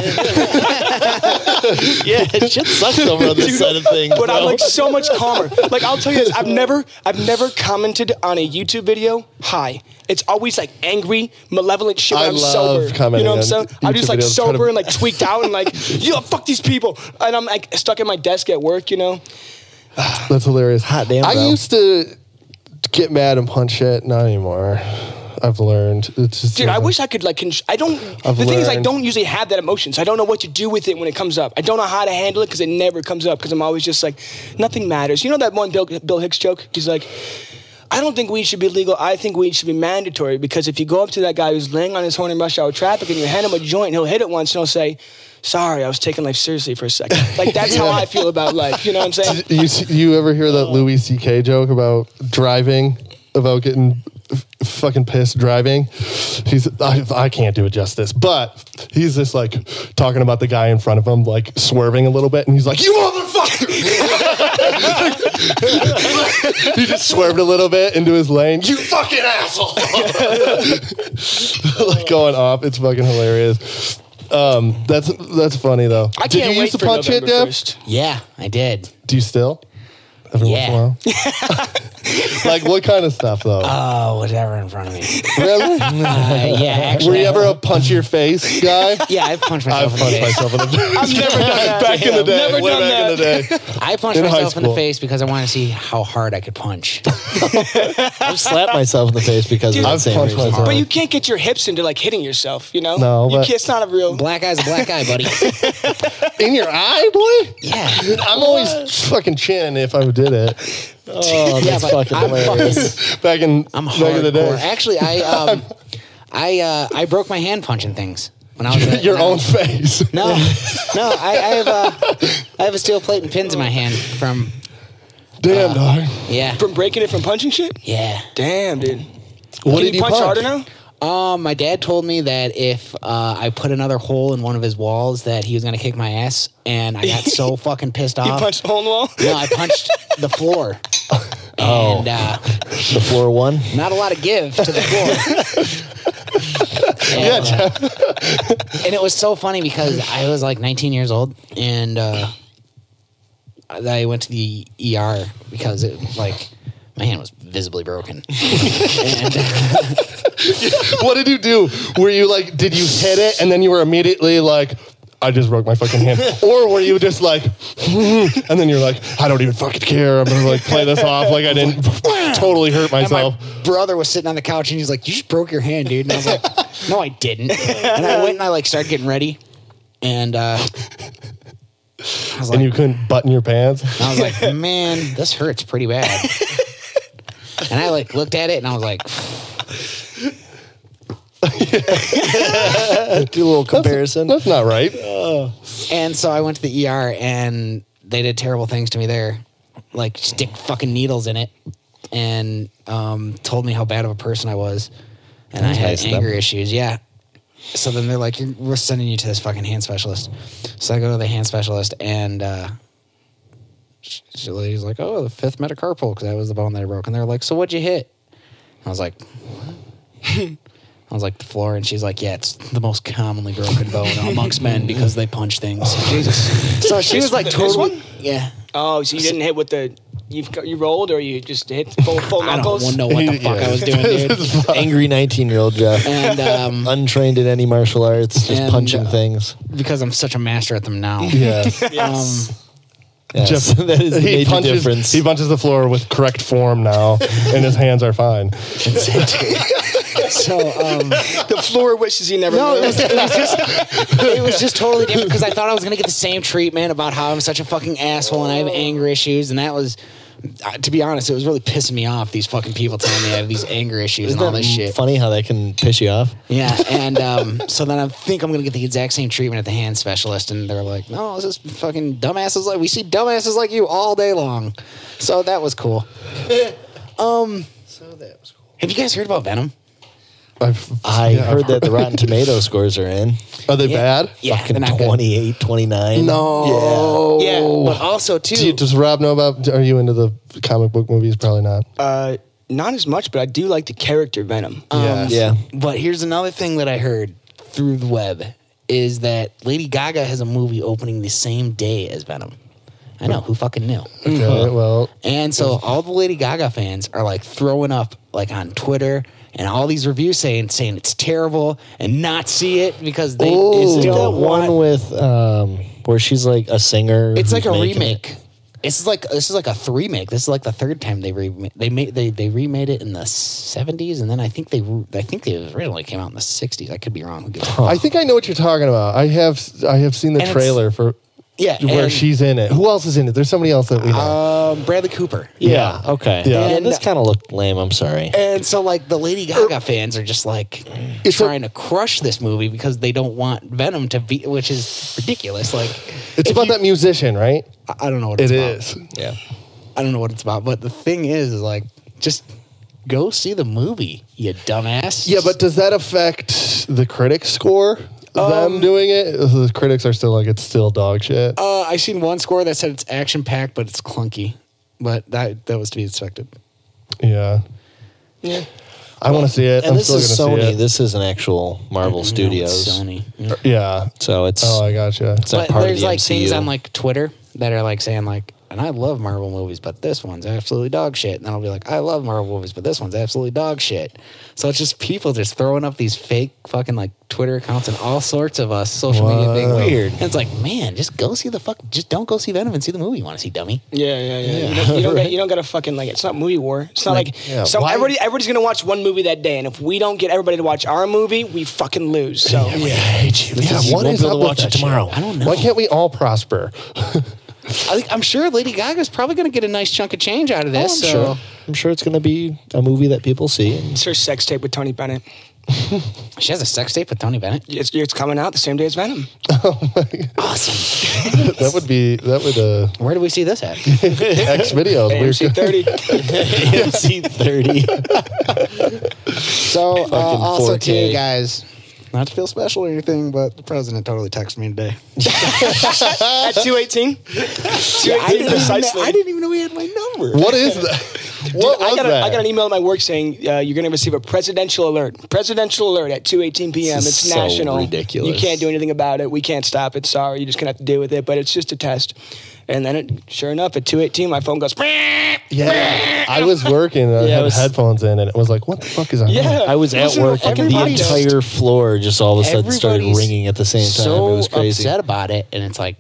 S5: Yeah, it shit sucks over on this side of things.
S1: But I'm
S5: bro.
S1: like so much calmer. Like I'll tell you this, I've never I've never commented on a YouTube video high. It's always like angry, malevolent shit when
S2: I
S1: I'm
S2: love
S1: sober.
S2: commenting
S1: you know what I'm
S2: on
S1: saying? I'm
S2: YouTube
S1: just like
S2: videos, kind
S1: sober
S2: of-
S1: and like tweaked out and like, yo, fuck these people. And I'm like stuck at my desk at work, you know?
S2: That's hilarious.
S5: Hot damn,
S2: I
S5: bro.
S2: used to get mad and punch shit. Not anymore. I've learned. It's just
S1: Dude, I wish I could like. Con- I don't.
S2: Uh-huh. I've
S1: the thing is, I
S2: learned.
S1: don't usually have that emotion, so I don't know what to do with it when it comes up. I don't know how to handle it because it never comes up because I'm always just like, nothing matters. You know that one Bill, Bill Hicks joke? He's like, I don't think weed should be legal. I think weed should be mandatory because if you go up to that guy who's laying on his horn in rush hour traffic and you hand him a joint, he'll hit it once and he'll say. Sorry, I was taking life seriously for a second. Like that's how I feel about life. You know what I'm saying?
S2: You s- you ever hear that Louis C.K. joke about driving, about getting f- fucking pissed driving? He's I, I can't do it justice, but he's just like talking about the guy in front of him, like swerving a little bit, and he's like, "You motherfucker!" he just swerved a little bit into his lane. You fucking asshole! like going off. It's fucking hilarious. Um, that's that's funny though.
S1: I
S2: Did
S1: can't
S2: you
S1: wait
S2: used to
S1: for
S2: punch it,
S1: November
S2: Deb?
S1: 1st.
S3: Yeah, I did.
S2: Do you still? Every
S3: Yeah.
S2: once in a while? like what kind of stuff though?
S3: Oh, whatever in front of me.
S2: really?
S3: Uh, yeah, actually.
S2: Were you ever a punch your face guy?
S3: Yeah, I punched
S2: I
S3: myself. in the
S2: punched
S3: face.
S2: myself in the face.
S1: I've never done that.
S2: back in the day.
S1: Never
S2: way
S1: done
S2: back in the day.
S3: I punched
S2: In high
S3: myself in the
S2: school.
S3: face because I wanted to see how hard I could punch.
S5: I've slapped myself in the face because
S1: Dude,
S5: of that
S2: I've
S5: same
S2: punched
S5: reason.
S2: myself.
S1: But you can't get your hips into like hitting yourself. You know?
S2: No,
S1: You
S2: but-
S1: can't, it's not a real.
S3: Black eye's a black eye, buddy.
S2: In your eye, boy?
S3: Yeah.
S2: I'm always fucking chinning if I did it.
S5: Oh,
S3: Yeah,
S5: that's
S3: but
S5: fucking
S3: I'm
S5: hilarious.
S2: Back in
S3: I'm
S2: back in the
S3: hardcore.
S2: day.
S3: Actually, I um, I uh, I broke my hand punching things when I was a-
S2: Your
S3: when I
S2: own
S3: was-
S2: face.
S3: No, no, I, I have a, I have a steel plate and pins in my hand from
S2: Damn dog.
S3: yeah
S1: From breaking it from punching shit?
S3: yeah.
S1: Damn, dude.
S2: What
S1: Can you
S2: did you
S1: punch, harder now?
S3: Um, my dad told me that if uh, I put another hole in one of his walls, that he was gonna kick my ass, and I got so fucking pissed off.
S1: You punched the hole in the wall?
S3: No, I punched the floor.
S2: Oh.
S3: And uh,
S5: The floor one.
S3: not a lot of give to the floor. and, uh, and it was so funny because I was like 19 years old and uh, I went to the ER because it like my hand was visibly broken. and, uh,
S2: What did you do? Were you like, did you hit it and then you were immediately like, I just broke my fucking hand. or were you just like, and then you're like, I don't even fucking care. I'm gonna like play this off like I didn't totally hurt myself.
S3: brother was sitting on the couch and he's like, "You just broke your hand, dude." And I was like, "No, I didn't." And I went and I like started getting ready, and uh,
S2: and you couldn't button your pants.
S3: I was like, "Man, this hurts pretty bad." And I like looked at it and I was like,
S2: do a little comparison. That's, not right.
S3: and so I went to the ER and they did terrible things to me there, like stick fucking needles in it, and um, told me how bad of a person I was, and I
S5: That's
S3: had
S5: nice of them.
S3: anger issues. Yeah. So then they're like, You're, "We're sending you to this fucking hand specialist." So I go to the hand specialist, and uh, she, she- the lady's like, "Oh, the fifth metacarpal, because that was the bone that I broke." And they're like, "So what'd you hit?" I was like, I was like the floor, and she's like, "Yeah, it's the most commonly broken bone amongst men because they punch things." Jesus. So she was like,
S1: This
S3: "Totally."
S1: one?
S3: Yeah.
S1: Oh, so you didn't hit with the you you rolled or you just hit full full
S3: I
S1: knuckles?
S3: don't know what the fuck I was doing, dude.
S5: Angry 19 year old Jeff.
S3: And um,
S5: Untrained in any martial arts, just
S3: And,
S5: punching
S3: uh,
S5: things.
S3: because I'm such a master at them now. Um,
S5: Yes.
S1: Yes.
S5: Yes. that is the major
S2: punches,
S5: difference.
S2: He punches the floor with correct form now, and his hands are fine.
S3: so um,
S1: the floor wishes he never
S3: no,
S1: knew.
S3: it was, it was just it was just totally different because I thought I was gonna get the same treatment about how I'm such a fucking asshole and I have anger issues, and that was. uh, To be honest, it was really pissing me off. These fucking people telling me I have these anger issues
S5: Isn't
S3: and all
S5: that
S3: this shit.
S5: funny how that can piss you off?
S3: Yeah, and um, so then I think I'm gonna get the exact same treatment at the hand specialist, and they're like, "No, this is fucking dumbasses like we see dumbasses like you all day long." So that was cool. Um, so that was cool. Have you guys heard about Venom?
S2: I've,
S5: I
S2: yeah,
S5: heard
S2: I've
S5: that the Rotten Tomato scores are in.
S2: Are they
S3: Yeah.
S2: bad?
S3: Yeah, they're
S5: Fucking
S3: not good.
S5: 28, 29.
S2: No.
S1: Yeah,
S3: But also too,
S2: Do you, does Rob know about? Are you into the comic book movies? Probably not.
S1: Uh, not as much, but I do like the character Venom.
S3: um,
S5: Yeah.
S3: But here's another thing that I heard through the web is that Lady Gaga has a movie opening the same day as Venom. I know who fucking knew.
S2: Okay,
S5: Mm-hmm.
S2: well,
S3: And so all the Lady Gaga fans are like throwing up like on Twitter and all these reviews saying saying it's terrible and not see it because they, they
S5: Is it that
S3: don't want.
S5: one with um, where she's like a singer?
S3: it's like a
S5: who's making it?
S3: remake. This is like this is like a three make. This is like the third time they re- they made they they remade it in the seventies and then I think they re- I think it originally came out in the sixties. I could be wrong. Who gives a-
S2: I think I know what you're talking about. I have I have seen the
S3: And it's-
S2: trailer for
S3: Yeah,
S2: where
S3: and,
S2: she's in it. Who else is in it? There's somebody else that we know.
S3: um Bradley Cooper.
S5: Uh, Yeah. Okay.
S2: Yeah.
S5: Yeah.
S3: And-
S5: this kind of looked lame. I'm sorry.
S3: And so, like, the Lady Gaga fans are just like trying to crush this movie because they don't want Venom to be, which is ridiculous. Like,
S2: it's about that musician, right?
S3: I- I don't know what
S2: It
S3: it's about.
S2: is.
S5: Yeah.
S3: I don't know what it's about. But the thing is, is like, just go see the movie, you dumbass.
S2: Yeah, but does that affect the critic score?
S5: Um,
S2: them doing it? The critics are still like it's still dog shit.
S3: uh, I seen one score that said it's action packed, but it's clunky. But that that was to be expected.
S2: yeah.
S1: Yeah.
S2: I want to see it.
S5: And
S2: I'm
S5: this
S2: still
S5: is
S2: gonna
S5: Sony.
S2: see it.
S5: This is an actual Marvel
S3: No, it's
S5: Studios.
S3: Sony.
S2: yeah.
S5: So it's
S2: Oh, I gotcha.
S5: it's not
S3: but
S5: part of
S3: there's
S5: the
S3: like
S5: MCU.
S3: things on like Twitter that are like saying like, and I love Marvel movies, but this one's absolutely dog shit. And I'll be like, I love Marvel movies, but this one's absolutely dog shit. So it's just people just throwing up these fake fucking like Twitter accounts and all sorts of us social media being
S2: Wow.
S3: weird. And it's like, man, just go see the fuck. Just don't go see Venom and see the movie you want to see, dummy.
S1: Yeah, yeah, yeah. You don't, you don't, get, you don't got to fucking like. It's not movie war. It's not like,
S2: yeah,
S1: so.
S2: why-
S1: Everybody, everybody's gonna watch one movie that day, and if we don't get everybody to watch our movie, we fucking lose. So
S2: Yeah,
S5: is- you
S2: what
S5: won't
S2: is
S5: be
S2: up
S5: able to
S2: with
S5: watch it
S2: that shit?
S5: tomorrow.
S3: I don't know.
S2: Why can't we all prosper?
S3: I think, I'm sure Lady Gaga's probably going to get a nice chunk of change out of this.
S5: I'm
S3: so.
S5: sure. I'm sure it's going to be a movie that people see. and-
S1: it's her sex tape with Tony Bennett.
S3: She has a sex tape with Tony Bennett.
S1: It's, it's coming out the same day as Venom.
S3: Awesome.
S2: that would be that would uh
S3: Where do we see this at?
S2: X videos.
S1: AMC
S2: We're-
S1: thirty.
S5: AMC 30.
S3: So uh, also
S5: 4K.
S3: too, guys, not to feel special or anything, but the president totally texted me today.
S1: At two eighteen. Two eighteen precisely.
S3: I didn't even know he had my number.
S2: What is that? What
S1: I
S2: was
S1: got, a,
S2: that?
S1: I got an email at my work saying uh, you're going to receive a presidential alert. Presidential alert at 2:18 p.m.
S12: This is
S1: it's
S12: so
S1: national.
S12: ridiculous.
S1: You can't do anything about it. We can't stop it. Sorry, you're just going to have to deal with it. But it's just a test. And then, it, sure enough, at 2:18, my phone goes.
S2: Yeah, I was working. And I
S5: Yeah, I
S2: had
S5: was-
S2: headphones in, and it was like, "What the fuck is that?"
S1: Yeah.
S5: I was at
S2: Listen to
S5: work and the
S2: everybody.
S5: entire floor just all of a sudden started
S3: Everybody's
S5: ringing at the same time.
S3: So
S5: it was crazy.
S3: upset about it, and it's like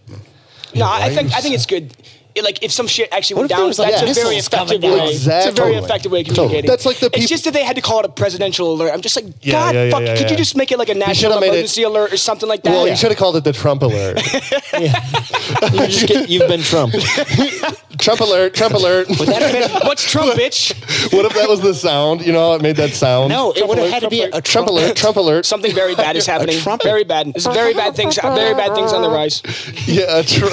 S1: No, I
S3: Right?
S1: think I think it's good. It, like if some shit actually went
S3: if there
S1: down,
S3: was, like,
S1: that's a very
S3: missiles coming
S1: effective
S3: down?
S1: way. It's a very
S3: Exactly.
S1: effective way of
S3: Totally.
S1: communicating.
S3: That's like the
S1: It's just that they had to call it a presidential alert. I'm just like,
S2: Yeah,
S1: God,
S2: yeah, yeah,
S1: fuck.
S2: yeah,
S1: could
S2: yeah.
S1: you just make it like a
S2: You
S1: national
S2: should've made it-
S1: emergency alert or something like that?
S2: Well, you should have called it the Trump alert.
S5: you just get, you've been Trump.
S2: Trump alert! Trump alert!
S1: Would that have been- what's Trump, bitch?
S2: what if that was the sound? You know, it made that sound.
S1: No, it
S2: Trump
S1: would've
S2: alert,
S1: had to be
S2: Trump
S1: a
S2: alert, Trump alert. Trump alert.
S1: Something very bad is happening. Very bad. There's very bad things. uh, Very bad things on the rise.
S2: Yeah, a, tr-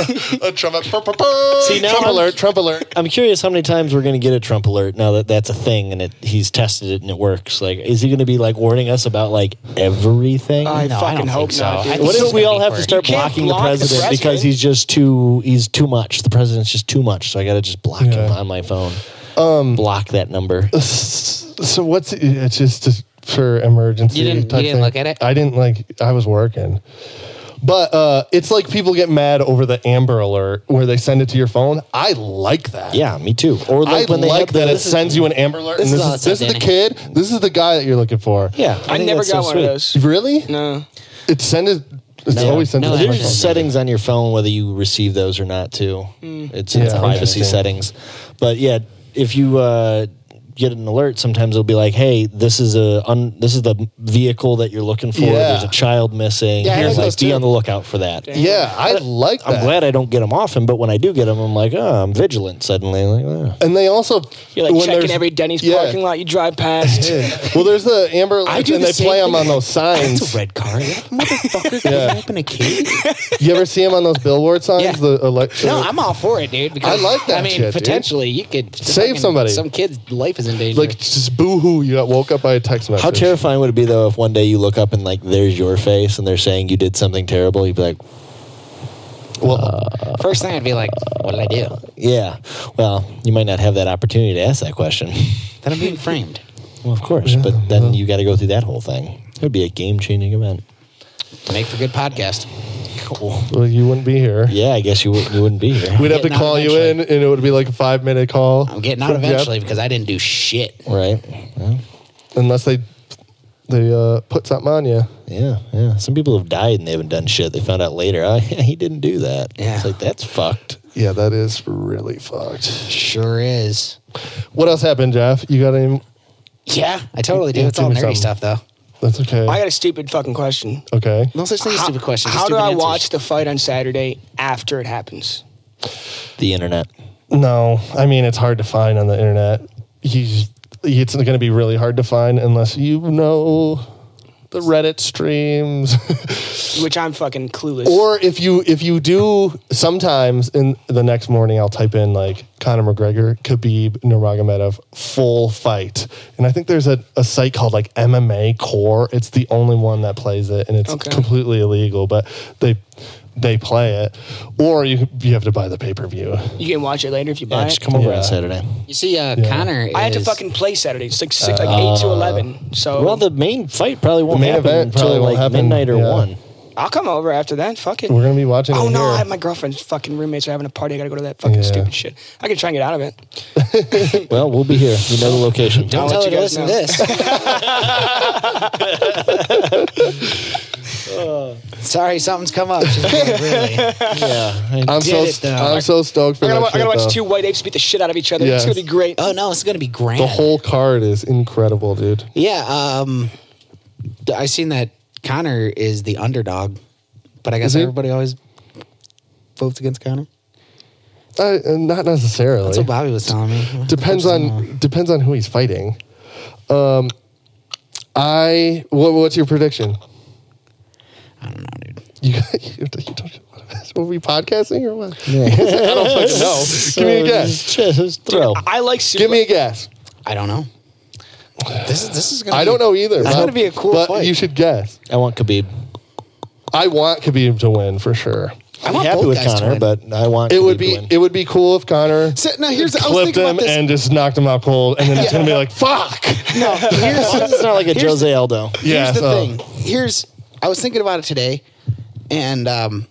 S2: a Trump. See, Trump
S5: I'm-
S2: alert! Trump alert!
S5: I'm curious how many times we're going to get a Trump alert now that that's a thing and it, he's tested it and it works. Like, is he going to be like warning us about like everything?
S1: I
S5: No,
S1: fucking
S5: don't think
S1: hope not, dude.
S5: What
S1: It's
S5: if
S1: so
S5: we all
S1: gonna
S5: have
S1: be
S5: to
S1: for-
S5: start
S1: You can't
S5: blocking
S1: block
S5: the
S1: the
S5: president, because
S1: president.
S5: he's just too he's too much. The president's just too much. So I got to just block him on my phone.
S2: Um,
S5: block that number.
S2: So what's it's just just for emergency?
S3: You didn't- you
S2: type
S3: didn't
S2: thing.
S3: look at it?
S2: I didn't like. I was working. But uh, it's like people get mad over the Amber Alert where they send it to your phone. I like that.
S5: Yeah, me too. Or
S2: I
S5: like when they
S2: like
S5: had the-
S2: that it
S5: this is-
S2: sends you an Amber Alert,
S5: this
S2: and
S5: is
S2: this
S5: all
S2: is,
S5: it
S2: this
S5: said,
S2: is the
S5: Danny.
S2: kid, this is the guy that you're looking for.
S5: Yeah, I
S1: I
S5: think
S1: never
S5: that's
S1: got
S5: so
S1: one
S5: sweet.
S1: of those.
S2: Really?
S1: No.
S2: It's send it. It's
S5: No.
S2: always sent
S5: No,
S2: to my
S5: there's
S2: phone.
S5: settings on your phone whether you receive those or not too.
S1: Mm.
S5: It's, it's
S2: Yeah,
S5: privacy
S2: interesting.
S5: settings, but yeah, if you uh, get an alert, sometimes it'll be like, "Hey, this is a un- this is the vehicle that you're looking for.
S2: Yeah.
S5: There's a child missing.
S2: Yeah, I
S5: Here's
S2: like
S5: like,
S2: those
S5: be
S2: too.
S5: on the lookout for that."
S2: Yeah, I like that.
S5: I'm glad I don't get them often, but when I do get them, I'm like, "Oh, I'm vigilant." Suddenly, like, "Oh."
S2: And they also
S1: You're like
S2: when
S1: checking
S2: there's-
S1: every Denny's
S2: yeah.
S1: parking lot you drive past.
S2: Well, there's the Amber Alerts,
S1: do
S2: and
S1: the
S2: they
S1: same
S2: play
S1: thing.
S2: them on those signs.
S3: it's a red car. Motherfucker,
S2: Yeah.
S3: yeah. a kid.
S2: You ever see them on those billboard signs?
S3: Yeah.
S2: The elect-
S3: No, I'm all for it, dude.
S2: I
S3: Because
S2: like that
S3: I mean,
S2: shit, dude.
S3: potentially you could
S2: Save
S3: fucking-
S2: somebody.
S3: Some kid's life is in danger.
S2: like just boohoo. You got woke up by a text message.
S5: How terrifying would it be though if one day you look up and like there's your face and they're saying you did something terrible? You'd be like,
S2: Well,
S3: First thing I'd be like, "What did I do?"
S5: Yeah. Well, you might not have that opportunity to ask that question.
S3: Then I'm being framed.
S5: Well, of course. but then you got to go through that whole thing. It would be a game changing event.
S3: Make for good podcast.
S5: Cool.
S2: well, you wouldn't be here.
S5: Yeah, I guess you, would, you wouldn't be here.
S2: We'd have to
S3: Getting out
S2: call you in, and it would be like a five minute call.
S3: I'm getting out
S2: Yep.
S3: eventually because I didn't do shit.
S5: Right. Well,
S2: unless they they uh, put something on you.
S5: yeah, yeah. Some people have died and they haven't done shit. They found out later, oh, yeah, he didn't do that.
S3: Yeah.
S5: It's like, that's fucked.
S2: Yeah, that is really fucked.
S3: Sure is.
S2: What else happened, Jeff? You got any?
S3: Yeah, I totally do.
S2: Yeah,
S3: It's
S2: give
S3: all
S2: me something.
S3: nerdy stuff though.
S2: That's okay.
S1: I got a stupid fucking question.
S2: okay.
S3: No such thing as stupid questions.
S1: How do
S3: stupid
S1: I
S3: answers.
S1: watch the fight on Saturday after it happens?
S5: The internet.
S2: No, I mean it's hard to find on the internet. You, it's going to be really hard to find unless you know the Reddit streams,
S1: Which I'm fucking clueless.
S2: or if you if you do sometimes in the next morning, I'll type in like Conor McGregor, Khabib Nurmagomedov full fight, and I think there's a, a site called like MMA Core. It's the only one that plays it, and it's
S1: Okay.
S2: completely illegal, but they they play it, or you you have to buy the pay per view.
S1: you can watch it later if you
S5: Yeah,
S1: buy
S5: just
S1: it.
S5: come over
S2: Yeah.
S5: on Saturday.
S3: You see, uh,
S2: Yeah.
S3: Connor.
S1: I had to
S3: is-
S1: fucking play Saturday six six
S2: Uh,
S1: like eight to eleven. So
S5: Well, the main fight probably won't
S2: main
S5: happen
S2: event
S5: until
S2: probably won't
S5: like
S2: happen,
S5: midnight or
S2: yeah.
S5: one.
S1: I'll come over after that. Fuck it.
S2: We're gonna be watching.
S1: Oh
S2: it
S1: no!
S2: here.
S1: I have my girlfriend's fucking roommates are having a party. I gotta go to that fucking
S2: Yeah.
S1: stupid shit. I can try and get out of it.
S5: Well, we'll be here. You know the location.
S3: Don't
S1: I'll
S3: tell
S1: let
S3: her
S1: you
S3: to
S1: guys
S3: listen to this. Sorry, something's come up. She's like, really?
S5: yeah.
S2: I'm so
S3: did it, though.
S2: I'm so stoked for
S1: I gotta,
S2: that.
S1: wa- I
S2: shit,
S1: gotta watch
S2: though.
S1: two white apes beat the shit out of each other.
S2: Yes.
S1: It's gonna be great.
S3: Oh no, it's gonna be grand.
S2: The whole card is incredible, dude.
S3: Yeah, um, I seen that Connor is the underdog, but I guess
S2: Is he?
S3: everybody always votes against Connor.
S2: Uh, uh, not necessarily.
S3: That's what Bobby was telling me.
S2: depends on depends on who he's fighting. Um, I what, what's your prediction?
S3: I don't know, dude.
S2: You, you don't. What, are we podcasting or what? I don't fucking know. Give me a guess.
S5: Just throw.
S1: I like super.
S2: Give me a guess.
S3: I don't know. This is this is gonna.
S2: I
S3: be-
S2: don't know either.
S3: It's
S2: Bob,
S3: gonna be a cool
S2: but
S3: fight.
S2: you should guess.
S5: I want Khabib.
S2: I want Khabib to win for sure.
S1: I
S5: I'm happy with Connor, but I want
S2: It would
S5: Khabib to
S2: be
S5: win.
S2: it would be cool if Connor
S3: So, now here's- I was
S2: clipped
S3: thinking about
S2: him
S3: this.
S2: and just knocked him out cold, and then it's
S3: Yeah.
S2: gonna be like fuck.
S3: No, here's,
S5: it's not like a
S3: here's-
S5: Jose Aldo.
S3: Here's
S2: Yeah,
S3: the
S2: so-
S3: thing. Here's I was thinking about it today, and um,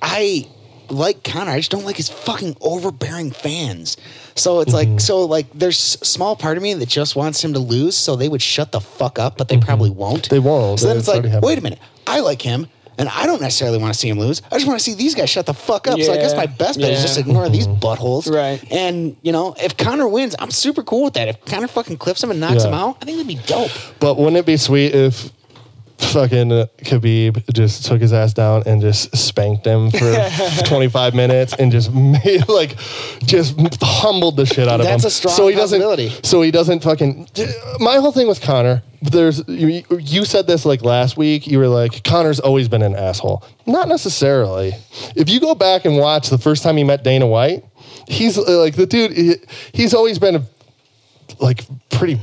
S3: I like Connor. I just don't like his fucking overbearing fans. So it's
S2: Mm-hmm.
S3: like so like there's a small part of me that just wants him to lose, so they would shut the fuck up, but they probably won't. They
S2: Mm-hmm. won't.
S3: So then
S2: It's
S3: it's like,
S2: already happened.
S3: wait a minute, I like him. And I don't necessarily want to see him lose. I just want to see these guys shut the fuck up. So I guess
S1: Yeah.
S3: my best bet is
S1: Yeah.
S3: just ignore these
S2: Mm-hmm.
S3: buttholes.
S1: Right.
S3: And you know, if Connor wins, I'm super cool with that. If Connor fucking clips him and knocks
S2: Yeah.
S3: him out, I think that'd be dope.
S2: But wouldn't it be sweet if fucking Khabib just took his ass down and just spanked him for 25 minutes and just made, like just humbled the shit out of him.
S3: That's a strong possibility.
S2: doesn't. So he doesn't fucking. My whole thing with Connor. There's you, you said this like last week. You were like Connor's always been an asshole. Not necessarily. If you go back and watch the first time he met Dana White, he's uh, like the dude. he- He's always been a like pretty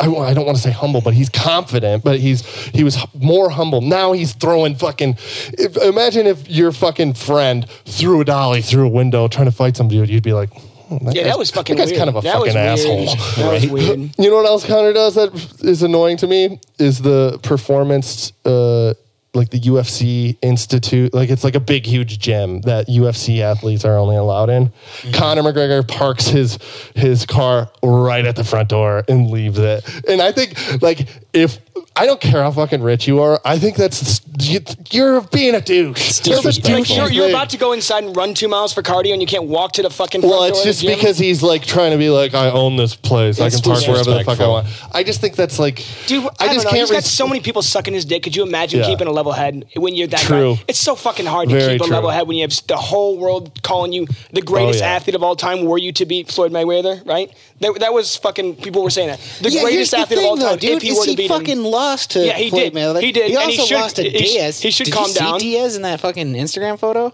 S2: I, wa- I don't want to say humble, but he's confident. But he's he was hu- more humble. Now he's throwing fucking. If, imagine if your fucking friend threw a dolly through a window trying to fight somebody, you'd be like, "Hmm,
S1: Yeah,
S2: guy's-
S1: that was fucking
S2: That guy's
S1: weird.
S2: kind of a
S1: That was
S2: fucking
S1: weird.
S2: asshole.
S1: That was
S2: right?
S1: weird.
S2: You know what else Connor does that is annoying to me is the performance, uh, like the UFC Institute. Like it's like a big, huge gym that UFC athletes are only allowed in. Connor McGregor parks his his car right at the front door and leaves it. And I think like if. I don't care how fucking rich you are. I think that's you- you're being a douche. That's a
S1: Like,
S2: douchey
S1: you're, you're
S2: thing.
S1: about to go inside and run two miles for cardio, and you can't walk to the fucking.
S2: Well,
S1: front
S2: it's
S1: door of
S2: just
S1: the gym?
S2: because he's like trying to be like, I own this place. I
S1: It's
S2: can park wherever the fuck I
S1: disrespectful.
S2: want. I just think that's like,
S1: Dude, I,
S2: just
S1: just know.
S2: can't
S1: can't. He's got
S2: res-
S1: so many people sucking his dick. Could you imagine
S2: Yeah.
S1: keeping a level head when you're that
S2: True.
S1: guy? It's so fucking hard to
S2: Very
S1: keep a
S2: true. Oh,
S1: level head when you have the whole world calling you the greatest
S2: yeah.
S1: athlete of all time. Were you to beat Floyd Mayweather, right? That, that was fucking. People were saying that the
S3: Yeah, here's
S1: greatest
S3: the
S1: athlete of all
S3: thing,
S1: time.
S3: though, dude,
S1: if he
S3: is
S1: were
S3: he
S1: to beat
S3: fucking
S1: him.
S3: lost to
S1: Yeah, he did.
S3: Floyd Mayweather.
S1: He did,
S3: He
S1: and
S3: also
S1: he should-
S3: lost to
S1: he sh-
S3: Diaz.
S1: he should
S3: Did
S1: calm
S3: you see
S1: down.
S3: Diaz in that fucking Instagram photo,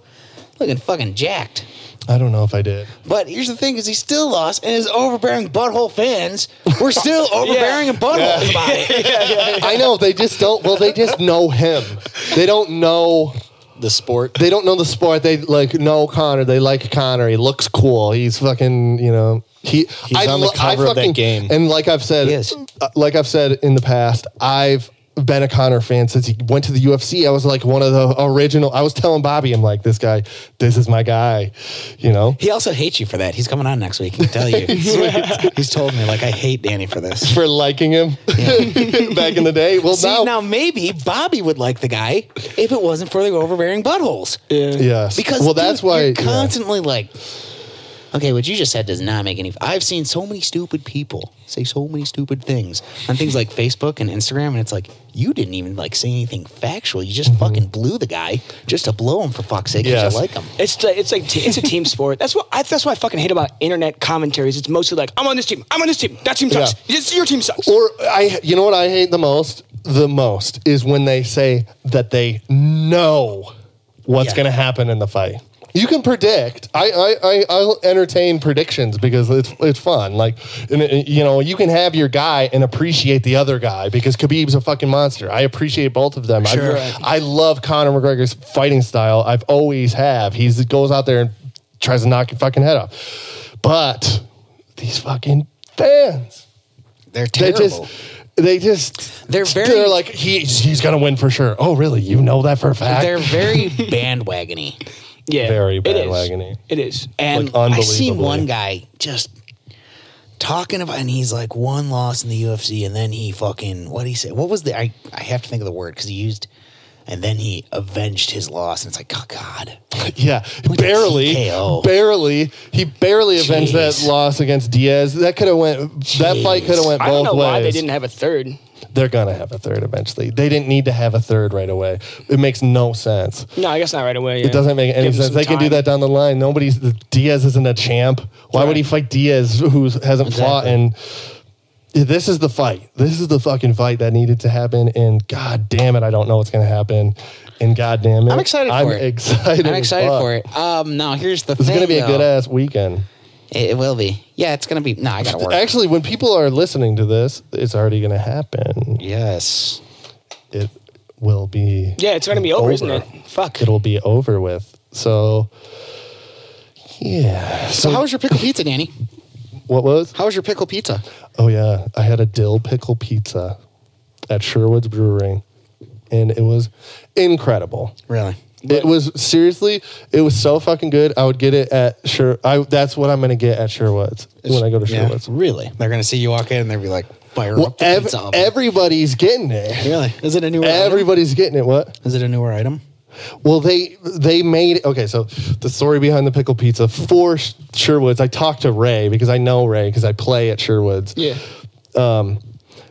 S3: looking fucking jacked.
S2: I don't know if I did.
S3: But here's the thing: is he still lost, and his overbearing butthole fans were still overbearing and buttholes
S2: Yeah.
S3: about it.
S2: I know they just don't. Well, they just know him. They don't know
S5: the sport.
S2: They don't know the sport. They like know Connor. They like Connor. He looks cool. He's fucking. You know. He.
S5: He's on the
S2: lo-
S5: cover of that game.
S2: And like I've said, uh, like I've said in the past, I've been a Connor fan since he went to the UFC. I was like one of the original. I was telling Bobby, I'm like, this guy, this is my guy. You know.
S3: He also hates you for that. He's coming on next week. I can tell you. He's told me like I hate Danny for this.
S2: For liking him back in the day. Well,
S3: See,
S2: now,
S3: now, maybe Bobby would like the guy if it wasn't for the overbearing buttholes. Yeah.
S2: Yes.
S3: Because
S2: Well, that's
S3: dude,
S2: why-
S3: you're
S2: yeah.
S3: constantly like, okay, what you just said does not make any. I've seen so many stupid people say so many stupid things on things like Facebook and Instagram, and it's like you didn't even like say anything factual. You just fucking blew the guy just to blow him for fuck's sake. 'cause
S2: Mm-hmm. Yes.
S3: You like him.
S1: It's the, it's like t- it's a team sport. That's what I, that's what I fucking hate about internet commentaries. It's mostly like I'm on this team. I'm on this team. That team sucks.
S2: Yeah.
S1: This, your team sucks.
S2: Or I, you know what I hate the most? The most is when they say that they know what's going to happen in the fight. You can predict. I, I, I I'll entertain predictions because it's it's fun. Like, and, uh, you know, you can have your guy and appreciate the other guy because Khabib's a fucking monster. I appreciate both of them. I-
S3: Sure.
S2: I love Conor McGregor's fighting style. I've always have. He goes out there and tries to knock your fucking head off. But these fucking fans,
S3: They're
S2: they
S3: terrible.
S2: just they just
S3: They're very-
S2: they're like he's he's gonna win for sure. Oh really? You know that for a fact?
S3: They're very bandwagony.
S1: Yeah,
S2: very
S1: it is.
S2: bandwagony.
S1: It is.
S3: And
S2: Like,
S3: I seen
S2: unbelievably.
S3: one guy just talking about, and he's like one loss in the UFC, and then he fucking what he say? What was the? I I have to think of the word because he used, and then he avenged his loss, and it's like, oh god,
S2: Yeah, barely,
S3: TKO.
S2: barely. He barely avenged that
S3: Jeez.
S2: loss against Diaz. That could have went. That fight could have went
S1: I don't
S2: both
S1: know
S2: ways.
S1: why they didn't have a third.
S2: They're gonna have a third eventually. They didn't need to have a third right away. It makes no sense.
S1: No, I guess not right away. yeah.
S2: It doesn't make any
S1: Give them some
S2: sense. They can do
S1: time.
S2: that down the line. Nobody's Diaz isn't a champ. Why would he fight Diaz who hasn't fought? And this is the fight. This is the fucking fight that needed to happen. And god damn it, I don't know what's gonna happen. And god damn it,
S3: I'm excited
S2: I'm
S3: for it.
S2: Excited.
S3: I'm
S2: as
S3: excited
S2: fuck.
S3: for it. Um, now here's the
S2: It's
S3: thing.
S2: gonna be a
S3: though.
S2: good ass weekend.
S3: It, it will be. Yeah, it's gonna be. No, I gotta work.
S2: Actually, when people are listening to this, it's already gonna happen.
S3: Yes.
S2: It will be
S1: Yeah, it's gonna be over, isn't it? Fuck.
S2: It'll be over with. So yeah.
S12: So, how was your pickle pizza, Danny?
S2: What was?
S12: How was your pickle pizza?
S2: Oh yeah, I had a dill pickle pizza at Sherwood's Brewing, and it was incredible.
S12: Really?
S2: it was seriously, it was so fucking good. I would get it at Sher. I that's what I'm gonna get at Sherwood's when I go to
S12: Yeah.
S2: Sherwood's.
S12: Really? They're gonna see you walk in and they'll be like, fire
S2: Well,
S12: up the
S2: ev-
S12: pizza oven.
S2: everybody's getting it.
S12: Really? Is it a newer item?
S2: Everybody's getting it. What?
S12: Is it a newer item?
S2: Well, they they made okay. So the story behind the pickle pizza for Sh- Sherwood's. I talked to Ray because I know Ray because I play at Sherwood's.
S1: Yeah.
S2: Um,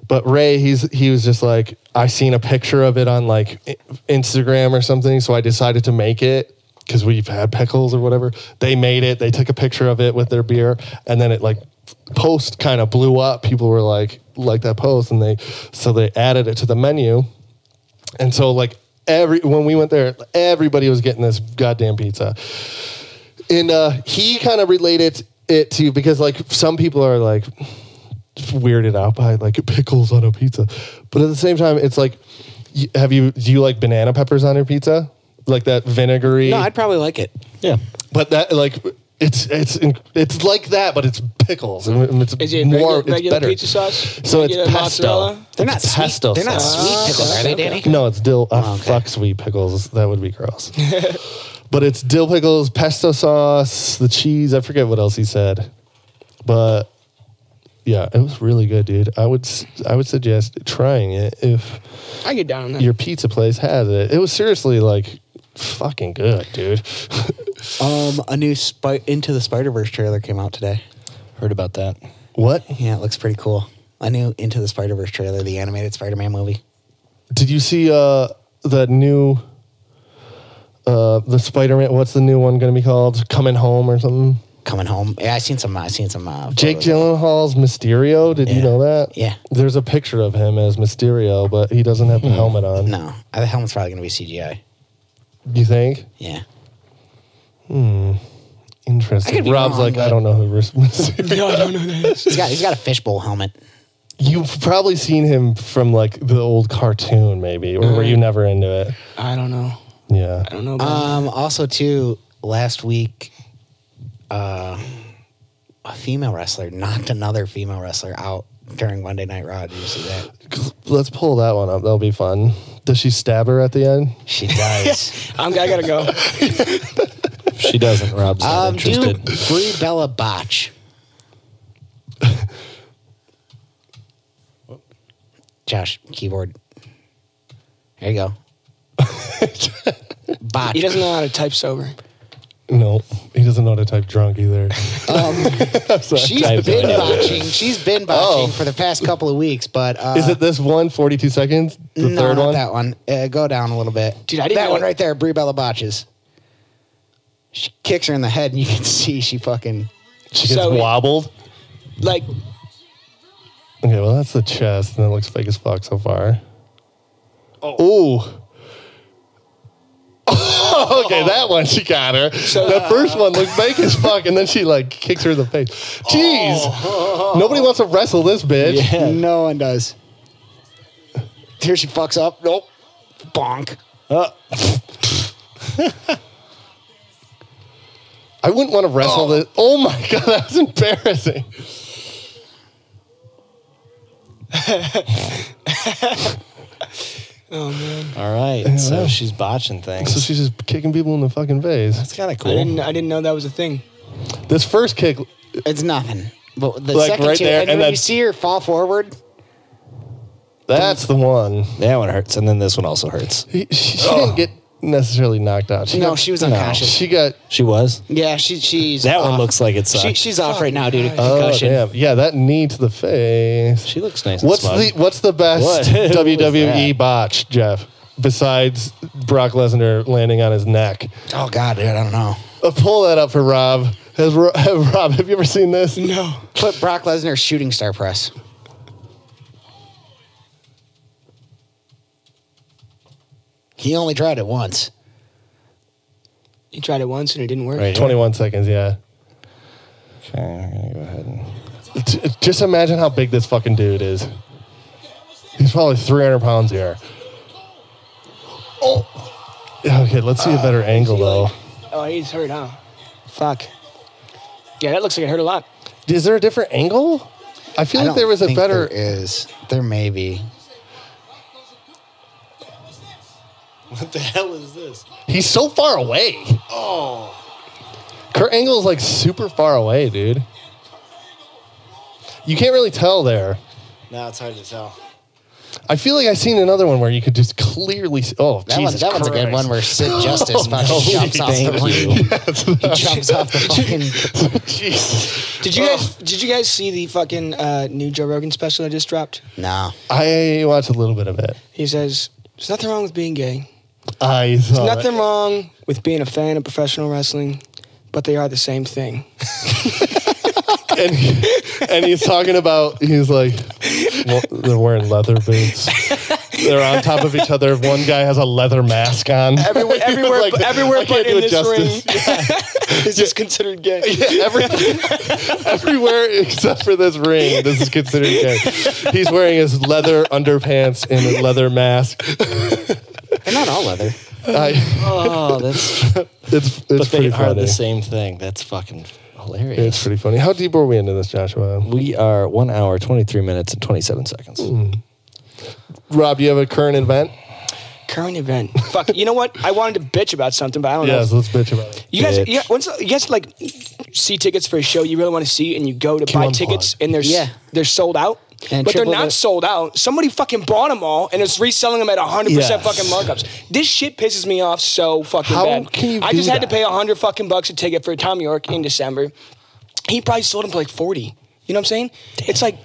S2: but Ray, he's he was just like I seen a picture of it on like I- Instagram or something, so I decided to make it because we've had pickles or whatever. They made it. They took a picture of it with their beer, and then it like post kind of blew up. People were like like that post, and they so they added it to the menu, and so like every when we went there, everybody was getting this goddamn pizza and uh, he kind of related it to because like some people are like weirded out by like pickles on a pizza, but at the same time, it's like, y- have you do you like banana peppers on your pizza? Like that vinegary?
S3: No, I'd probably like it.
S2: yeah, but that like it's it's in- it's like that, but it's pickles. and it's
S1: Is it
S2: more
S1: regular,
S2: it's
S1: regular
S2: better.
S1: pizza sauce?
S2: So it's
S1: Regular
S2: pesto.
S1: mozzarella?
S2: They're not pesto.
S1: They're not
S2: sauce.
S1: sweet pickles, are they, Danny?
S2: No, it's dill. Oh, Fuck sweet pickles. That would be gross. but it's dill pickles, pesto sauce, the cheese. I forget what else he said, but yeah, it was really good, dude. I would s- I would suggest trying it if
S1: I get down on that.
S2: your pizza place has it. It was seriously like fucking good, dude.
S3: Um, a new spy- Into the Spider Verse trailer came out today.
S5: Heard about that.
S2: What?
S3: Yeah, it looks pretty cool. A new Into the Spider Verse trailer, the animated Spider Man movie.
S2: Did you see uh that new uh the Spider Man? What's the new one going to be called? Coming home or something?
S3: Coming home. Yeah, I seen some. I seen some. Uh,
S2: Jake
S3: photos.
S2: Gyllenhaal's Mysterio. Did you know that?
S3: Yeah.
S2: There's a picture of him as Mysterio, but he doesn't have the
S3: Hmm.
S2: helmet on.
S3: No, Uh, the helmet's probably gonna be CGI.
S2: You think?
S3: Yeah.
S2: Hmm.
S3: I could
S2: Interesting.
S3: be
S2: Rob's
S3: wrong,
S2: like, I
S3: but-
S2: don't know who Mysterio.
S3: no, I don't know that. he's got he's got a fishbowl helmet.
S2: You've probably seen him from like the old cartoon, maybe, or were you never into it?
S3: I don't know.
S2: Yeah.
S3: Mm-hmm. I don't know.
S2: Uh,
S3: Um, also, too, last week, uh, a female wrestler knocked another female wrestler out during Monday Night Raw. Did you see that?
S2: Let's pull that one up. That'll be fun. Does she stab her at the end?
S3: She does.
S1: I'm, I gotta go.
S5: she doesn't. Rob's not
S3: Um,
S5: interested.
S3: dude, Brie Bella Botch. Josh, keyboard. There you go. Botch.
S1: He doesn't know how to type sober.
S2: No, he doesn't know how to type drunk either. I'm sorry.
S3: Um, She's been botching. She's been botching for the past couple of weeks, but uh,
S2: Oh. Is it this one, 42 seconds? The
S3: no,
S2: third
S3: not
S2: one?
S3: that one. Uh, go down a little bit.
S1: Dude, I didn't
S3: that
S1: know-
S3: one right there. Brie Bella botches. She kicks her in the head, and you can see she fucking.
S2: She gets
S1: So-
S2: wobbled.
S1: Like,
S2: Okay, well that's the chest, and that looks fake as fuck so far. Oh. okay, that one she got her. the first one looked fake as fuck, and then she like kicks her in the face. Jeez, nobody wants to wrestle this bitch.
S3: No one does. Here she fucks up. Nope. Bonk.
S2: Uh, I wouldn't want to wrestle this. Oh my god, that was embarrassing.
S1: oh man,
S5: All right.
S2: Yeah,
S5: so
S2: wow.
S5: she's botching things.
S2: So she's just kicking people in the fucking face.
S5: That's kind of
S1: I didn't.
S5: cool.
S1: I didn't know that was a thing.
S2: This first kick,
S3: It's nothing. But the
S2: Like,
S3: second
S2: right
S3: two,
S2: there,
S3: and,
S2: and
S3: when
S2: then-
S3: you see her fall forward,
S2: that's the one.
S5: That one hurts, and then this one also hurts.
S2: He, she she didn't get necessarily knocked out.
S3: No,
S2: got-
S3: she was unconscious.
S2: She got
S5: She was.
S3: yeah, she she's
S5: That one
S3: off.
S5: looks like it
S3: She,
S5: sucked.
S3: she's off right now due to
S2: oh
S3: concussion.
S2: damn yeah that knee to the face.
S5: She looks nice. and
S2: What's
S5: smug.
S2: the what's the best
S5: What? What was
S2: WWE
S5: that?
S2: botch, Jeff? Besides Brock Lesnar landing on his neck,
S3: Oh god, dude, I don't know.
S2: uh, pull that up for Rob. Has Ro- Rob? Have you ever seen this?
S1: No.
S3: Put Brock Lesnar shooting star press. He only tried it once.
S1: He tried it once and it didn't work.
S5: Right here.
S2: Twenty-one seconds. Yeah.
S5: Okay, I'm gonna go ahead and.
S2: J- Just imagine how big this fucking dude is. He's probably three hundred pounds here. Oh. Okay, let's see a
S5: Uh,
S2: better angle though.
S1: Oh, he's hurt, huh? Fuck. Yeah, that looks like it hurt a lot.
S2: Is there a different angle? I feel like
S3: don't
S2: there was a
S3: think
S2: better.
S3: There is. There may be.
S5: What the hell is this?
S2: He's so far away.
S5: Oh.
S2: Kurt Angle is like super far away, dude. You can't really tell there.
S5: Now it's hard to tell.
S2: I feel like I've seen another one where you could just clearly. See, oh,
S3: That, one,
S2: Jesus
S3: that one's a good
S2: Christ.
S3: one where Sid Justice
S2: Oh,
S3: fucking
S2: no.
S3: jumps off
S2: Thank
S3: the plane.
S2: you.
S3: He jumps off the fucking.
S1: Did you guys did you guys see the fucking uh, new Joe Rogan special that just dropped?
S3: Nah.
S2: I watched a little bit of it.
S1: He says, There's nothing wrong with being gay.
S2: I
S1: There's
S2: saw
S1: nothing wrong with being a fan of professional wrestling, but they are the same thing.
S2: it. And, he- and he's talking about he's like well, they're wearing leather boots. They're on top of each other. One guy has a leather mask on.
S1: Everywhere, everywhere,
S2: Like,
S1: everywhere
S2: I can't
S1: but
S2: do
S1: in this
S2: it justice.
S1: ring is just considered gay.
S2: Yeah, everything, everywhere except for this ring. This is considered gay. He's wearing his leather underpants and a leather mask.
S3: They're not all leather.
S2: I,
S5: Oh, that's.
S2: it's it's
S5: but they
S2: pretty
S5: are
S2: funny.
S5: the same thing. That's fucking hilarious.
S2: It's pretty funny. How deep are we into this, Joshua?
S5: We are one hour, 23 minutes, and 27 seconds.
S2: Hmm. Rob, do you have a current event?
S1: Current event. Fuck. You know what? I wanted to bitch about something, but I don't know.
S2: Yes, let's bitch about it.
S1: You guys,
S5: Bitch.
S1: yeah, once you guys like see tickets for a show you really want to see, and you go to
S5: Can
S1: buy
S5: unplug.
S1: tickets, and they're s-
S3: Yeah.
S1: they're sold out.
S3: And
S1: but they're
S3: triple
S1: not
S3: the-
S1: sold out. Somebody fucking bought them all and is reselling them at 100%
S5: Yes.
S1: fucking markups. This shit pisses me off so fucking
S2: How
S1: bad.
S2: can you
S1: I
S2: do
S1: just had to
S2: that?
S1: pay 100 fucking bucks a ticket for Tom York in December. He probably sold them for like 40. You know what I'm saying? It's like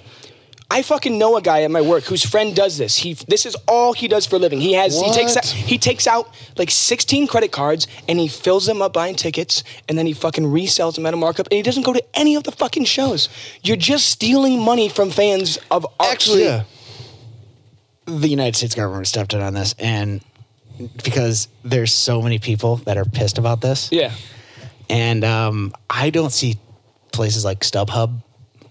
S1: I fucking know a guy at my work whose friend does this. He this is all he does for a living. He has he takes
S2: What?
S1: out he takes out like 16 credit cards and he fills them up buying tickets and then he fucking resells them at a markup and he doesn't go to any of the fucking shows. You're just stealing money from fans of art.
S3: Actually,
S2: Yeah.
S3: the United States government stepped in on this, and because there's so many people that are pissed about this,
S1: Yeah.
S3: and um, I don't see places like StubHub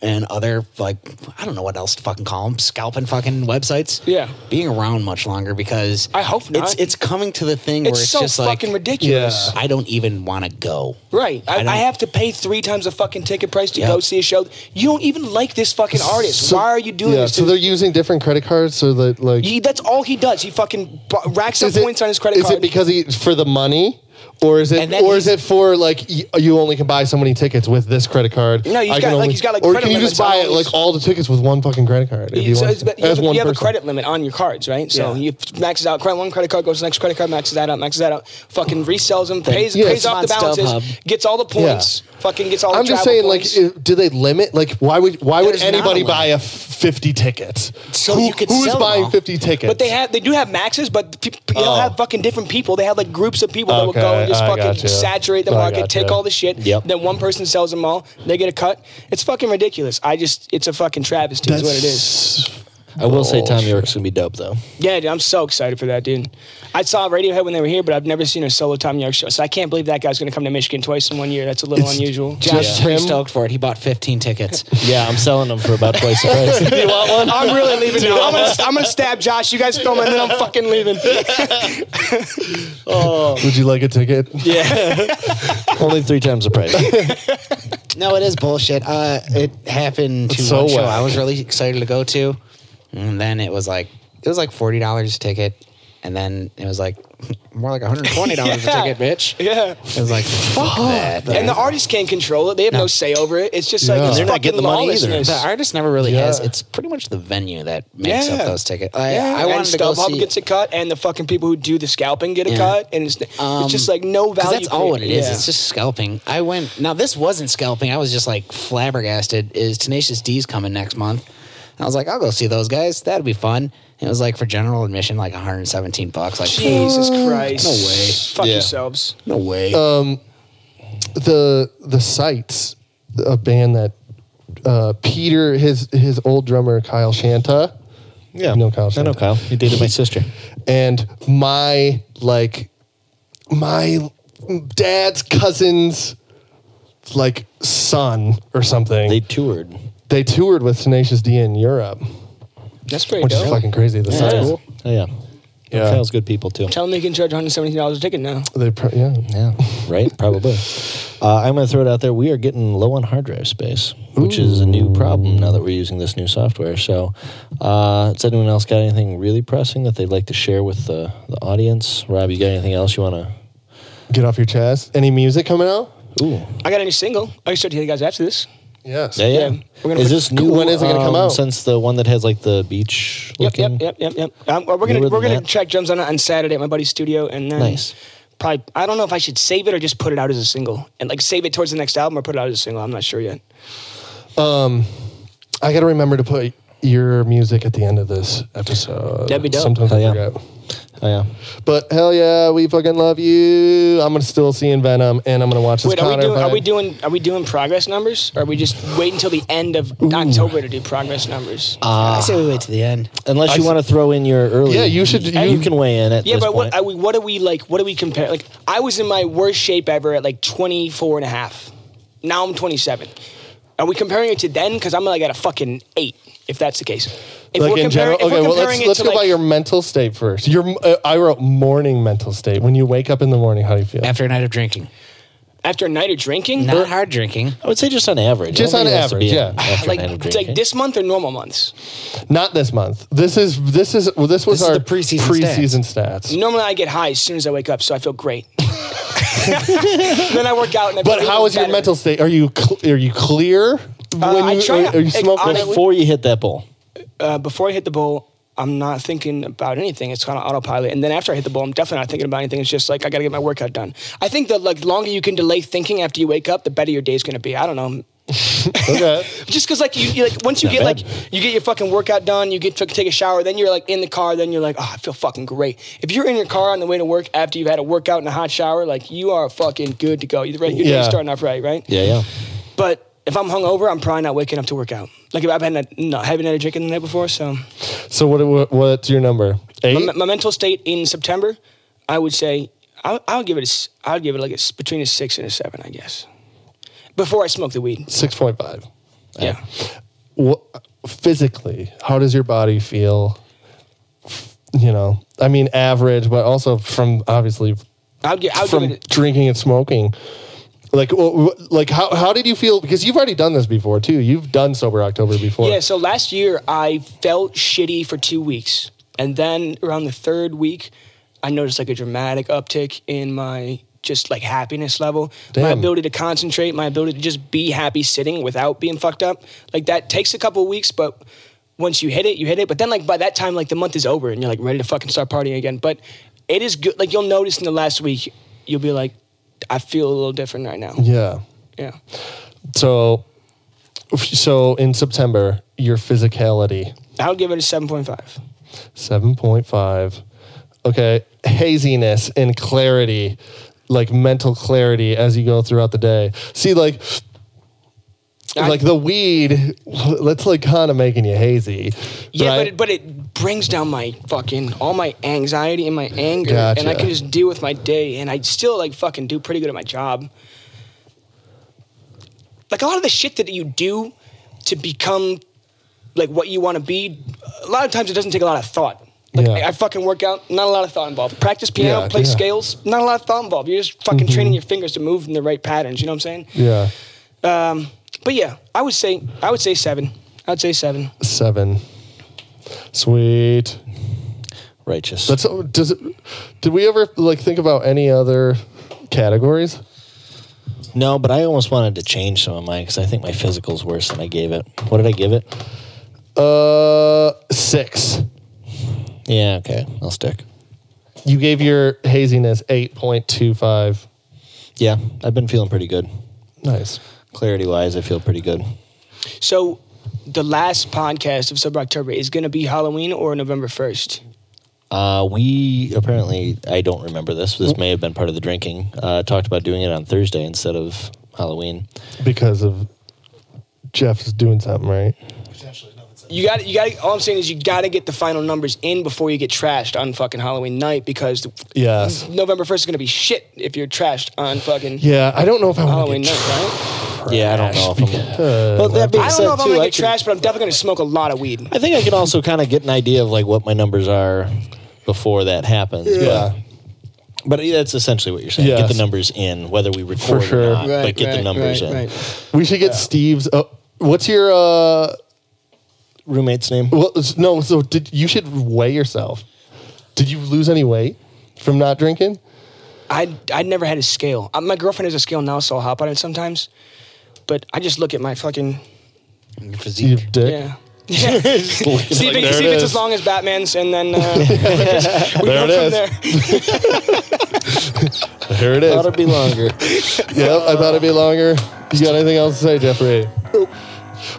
S3: and other like I don't know what else to fucking call them scalping fucking websites.
S1: Yeah.
S3: being around much longer because
S1: I hope not.
S3: It's it's coming to the thing
S1: It's
S3: where it's
S1: so
S3: just
S1: fucking
S3: like
S1: ridiculous.
S3: I don't even want to go.
S1: Right. I,
S3: I don't-
S1: I, have to pay three times the fucking ticket price to
S3: Yep.
S1: go see a show. You don't even like this fucking artist. Why are you doing
S2: yeah,
S1: this?
S2: So
S1: to-
S2: they're using different credit cards so that like
S1: he, that's all he does. He fucking bu- racks up
S2: it-
S1: points on his credit
S2: is
S1: card.
S2: it because he for the money? Or is it,
S3: And then
S2: or is it
S3: he's-
S2: for like y- you only can buy so many tickets with this credit card?
S1: No, he's
S2: I
S1: got,
S2: can
S1: like, he's got, like,
S2: or
S1: credit
S2: can you just
S1: limits on
S2: buy
S1: all
S2: it
S1: these-
S2: like all the tickets with one fucking credit card? If you
S1: So
S2: want
S1: it's- but
S2: to,
S1: you,
S2: as
S1: have, a-
S2: one
S1: you have a
S2: person.
S1: credit limit on your cards, right? So
S2: Yeah.
S1: you maxes out credit one credit card goes to the next credit card, maxes that out, maxes that out, fucking resells them, pays,
S2: Yeah,
S1: pays
S2: it's
S1: off the
S3: on
S1: balances,
S3: StubHub.
S1: gets all the points, fucking gets all.
S2: I'm
S1: the
S2: just
S1: travel
S2: saying,
S1: points.
S2: like, i- do they limit? Like, why would why would
S3: There's not
S2: anybody
S3: a limit.
S2: buy a f- 50 tickets?
S3: So
S2: Who-
S3: you could
S2: who is
S3: sell them
S2: buying
S3: all.
S2: 50 tickets?
S1: but they have they do have maxes, but pe- pe- they'll
S2: Oh.
S1: have fucking different people. They have like groups of people that will go
S2: Okay,
S1: and just
S2: I
S1: fucking
S2: gotcha.
S1: saturate the
S2: I
S1: market,
S2: gotcha.
S1: take all the shit.
S5: Yep.
S1: Then one person sells them all, they get a cut. It's fucking ridiculous. I just it's a fucking travesty. is what it is.
S5: I will say Tom
S2: Bullshit.
S5: York's going to be dope, though.
S1: Yeah, dude, I'm so excited for that, dude. I saw Radiohead when they were here, but I've never seen a solo Tom York show, so I can't believe that guy's going to come to Michigan twice in one year. That's a little
S2: It's
S1: unusual.
S3: Josh is pretty
S2: him?
S3: stoked for it. He bought 15 tickets.
S5: Yeah, I'm selling them for about twice the price.
S1: You want one? I'm really leaving now. I'm gonna, I'm gonna stab Josh. You guys film it, and then I'm fucking leaving. Oh.
S2: Would you like a ticket?
S5: Only three times the price.
S3: No, it is bullshit. Uh, it happened to
S2: So
S3: one show
S2: whack.
S3: I was really excited to go to, and then it was like it was like forty dollars a ticket, and then it was like more like one hundred twenty dollars
S1: Yeah.
S3: a ticket, bitch.
S1: yeah.
S3: It was like fuck that.
S1: And the artists can't control it. They have no, say over it. It's just like
S2: Yeah.
S1: it's
S2: They're
S5: not
S1: fucking
S5: getting the money either.
S1: lawlessness.
S3: the artist never really
S2: Yeah.
S3: has. It's pretty much the venue that makes
S1: Yeah.
S3: up those tickets. I,
S1: yeah,
S3: I wanted
S1: and
S3: to go
S1: StubHub
S3: see
S1: gets a cut, and the fucking people who do the scalping get a
S3: Yeah.
S1: cut, and it's,
S3: Um,
S1: it's just like no
S3: 'cause
S1: value.
S3: That's all what it
S1: created.
S3: is.
S1: Yeah.
S3: It's just scalping. I went. Now this wasn't scalping. I was just like flabbergasted. Is Tenacious D's coming next month? And I was like, I'll go see those guys. That'd be fun. And it was like for general admission, like 117 bucks. Like,
S1: Jesus Christ!
S3: No way.
S1: Fuck
S5: Yeah.
S1: yourselves.
S3: no way.
S5: Uh,
S2: the the sites a band that uh, Peter his his old drummer Kyle Shanta
S5: Yeah.
S2: No, Kyle
S5: I know
S2: said.
S5: Kyle. He dated my sister.
S2: and my like my dad's cousin's like son or something
S5: They
S2: they,
S5: toured. Oh,
S2: toured with Tenacious D in Europe
S1: That's pretty
S2: which is
S1: dope.
S2: fucking crazy the
S5: Yeah.
S2: sites
S5: Oh, yeah.
S2: Yeah.
S5: Kyle's good people too.
S1: Tell them they can charge $117 a ticket now.
S2: They pro- yeah.
S5: Yeah, right? Probably. Uh, I'm going to throw it out there. We are getting low on hard drive space, which is a new problem now that we're using this new software. So, uh, has anyone else got anything really pressing that they'd like to share with the, the audience? Rob, you got anything else you want to?
S2: Get off your chest. Any music coming out?
S5: Ooh.
S1: I got a new single. I can show it to you guys after this.
S2: Yes.
S5: Yeah, yeah.
S1: We're gonna
S5: is
S1: put-
S5: this new?
S1: When is it gonna come
S5: um,
S1: out?
S5: Since the one that has like the beach
S1: Yep,
S5: looking.
S1: yep, yep, yep, yep. Um, we're gonna
S5: Newer
S1: we're
S5: than
S1: gonna
S5: that.
S1: track drums on it on Saturday at my buddy's studio, and then
S5: Nice.
S1: probably I don't know if I should save it or just put it out as a single and like save it towards the next album or put it out as a single. I'm not sure yet.
S2: Um, I got to remember to put your music at the end of this episode.
S1: That'd be dope.
S2: Sometimes I
S5: Hell yeah.
S2: forget.
S5: Oh yeah.
S2: But hell yeah, we fucking love you. I'm gonna still see in Venom, and I'm gonna watch this.
S1: Wait, are we
S2: Connor
S1: doing are
S2: fight.
S1: we doing are we doing progress numbers? Or are we just wait until the end of October to do progress numbers?
S5: Uh,
S3: I say we wait to the end.
S5: unless you want to throw in your early.
S2: Yeah, you should-
S5: You,
S2: you-
S5: can weigh in at
S1: yeah,
S5: this
S1: but what
S5: point.
S1: I, what do we like? What do we compare? Like, I was in my worst shape ever at like 24 and a half. Now I'm 27. Are we comparing it to then? Because I'm like at a fucking eight, if that's the case. If
S2: like
S1: we're
S2: in
S1: comparing,
S2: general,
S1: if
S2: okay.
S1: we're
S2: Well,
S1: comparing
S2: let's let's
S1: it
S2: go
S1: to
S2: by
S1: like,
S2: your mental state first. Your uh, I wrote morning mental state. When you wake up in the morning, how do you feel?
S3: After a night of drinking.
S1: after a night of drinking,
S3: Not hard drinking.
S5: I would say just on average.
S2: Just
S5: I
S2: on
S5: don't think it has to be
S2: average,
S5: an- after a
S1: like,
S5: night of
S1: it's like
S5: drinking.
S1: this month or normal months.
S2: Not this month. This is this is well, this was
S3: This is
S2: our
S3: the preseason
S2: preseason stats.
S1: Normally, I get high as soon as I wake up, so I feel great. then I work out and I.
S2: But
S1: feel
S2: how is your
S1: better. Uh,
S2: mental state? Are you cl- are you clear? when
S1: I
S2: you,
S1: try
S2: are,
S1: to-
S2: are you
S1: like,
S2: smoking?
S1: honestly-
S5: before you hit that bowl.
S1: uh, before I hit the bowl, I'm not thinking about anything. It's kind of autopilot. And then after I hit the bowl, I'm definitely not thinking about anything. It's just like I got to get my workout done. I think the like longer you can delay thinking after you wake up, the better your day's going to be. I don't know.
S2: okay.
S1: Just because like you, you like once you
S5: Not
S1: get
S5: bad.
S1: like you get your fucking workout done, you get to take a shower, then you're like in the car, then you're like, oh, I feel fucking great. If you're in your car on the way to work after you've had a workout and a hot shower, like you are fucking good to go. You're ready. Your
S2: Yeah.
S1: day's starting off right, right?
S5: Yeah, yeah.
S1: But if I'm hungover, I'm probably not waking up to work out. Like if I've had a, no, I haven't had a drink in the night before, so.
S2: So what, what what's your number? Eight.
S1: My, my mental state in September, I would say I'll, I'll give it. A, s- I'll give it like a, s- between a six and a seven, I guess. Before I smoke the weed,
S2: Six point five.
S1: yeah.
S2: What, physically, how does your body feel? You know, I mean, average, but also from obviously
S1: I'll give. I'll
S2: from
S1: give it.
S2: drinking and smoking. Like, wh- wh- like how how did you feel? Because you've already done this before too. You've done sober October before.
S1: Yeah. So last year I felt shitty for two weeks, and then around the third week, I noticed like a dramatic uptick in my just like happiness level, my
S2: Damn.
S1: ability to concentrate, my ability to just be happy sitting without being fucked up. Like that takes a couple weeks, but once you hit it, you hit it. But then like by that time, like the month is over and you're like ready to fucking start partying again. But it is good. Like you'll notice in the last week, you'll be like, I feel a little different right now.
S2: Yeah.
S1: Yeah.
S2: So, so in September, your physicality
S1: I'll give it a 7.5.
S2: seven point five. Okay, haziness and clarity, like mental clarity as you go throughout the day. See, like.
S1: I-
S2: like the weed, that's like kind of making you hazy.
S1: Yeah,
S2: right?
S1: but, it, but it brings down my fucking all my anxiety and my anger, and I
S2: Gotcha.
S1: can just deal with my day, and I still like fucking do pretty good at my job. Like a lot of the shit that you do to become like what you want to be, a lot of times it doesn't take a lot of thought. Like
S2: Yeah.
S1: I, I fucking work out, not a lot of thought involved. Practice piano,
S2: Yeah,
S1: play
S2: yeah. Mm-hmm.
S1: scales, not a lot of thought involved. You're just fucking training your fingers to move in the right patterns. You know what I'm saying?
S2: yeah,
S1: Um, but yeah, I would say I would say seven. I'd say seven.
S2: seven. Sweet.
S5: Righteous.
S2: That's does it. Did we ever like think about any other categories?
S5: No, but I almost wanted to change some of mine because I think my physical's worse than I gave it. What did I give it?
S2: Uh, six.
S5: Yeah, okay, I'll stick.
S2: You gave your haziness eight point two five.
S5: Yeah, I've been feeling pretty good.
S2: Nice.
S5: Clarity wise, I feel pretty good.
S1: So the last podcast of Sober October is going to be Halloween or November 1st.
S5: Uh, we apparently, I don't remember this. This may have been part of the drinking. Uh, talked about doing it on Thursday instead of Halloween.
S2: because of Jeff's doing something right.
S1: You got you got all I'm saying is you got to get the final numbers in before you get trashed on fucking Halloween night because
S2: Yes.
S1: November 1st is going to be shit if you're trashed on fucking
S2: Yeah, I don't know if I want to
S1: Halloween
S2: get
S1: night,
S2: tra-
S1: right?
S5: Yeah, I don't know. If I'm,
S2: uh,
S5: well, that being
S1: I don't
S5: said,
S1: know if I'm
S5: too,
S1: going to
S5: I
S1: get
S5: can-
S1: trashed, but I'm definitely going to smoke a lot of weed.
S5: I think I can also kind of get an idea of like what my numbers are before that happens.
S2: Yeah.
S5: But, but that's essentially what you're saying. Get
S2: Yes.
S5: the numbers in, whether we
S2: for
S5: record
S2: sure.
S5: or not, but get the numbers in.
S2: We should get Steve's. Uh, what's your uh,
S5: roommate's name?
S2: Well, s- no. So did you should weigh yourself? Did you lose any weight from not drinking?
S1: I I never had a scale. Uh, my girlfriend has a scale now, so I'll hop on it sometimes. But I just look at my fucking
S2: Your dick.
S1: yeah. Yeah. see
S2: Like,
S1: if, it-
S2: there
S1: see
S2: it
S1: if it's
S2: is.
S1: as long as Batman's, and then uh, we go
S2: There it
S1: from
S2: is.
S1: there.
S2: Here it is.
S5: Thought it'd be longer.
S2: yep, I thought it'd be longer. You got anything else to say, Jeffrey?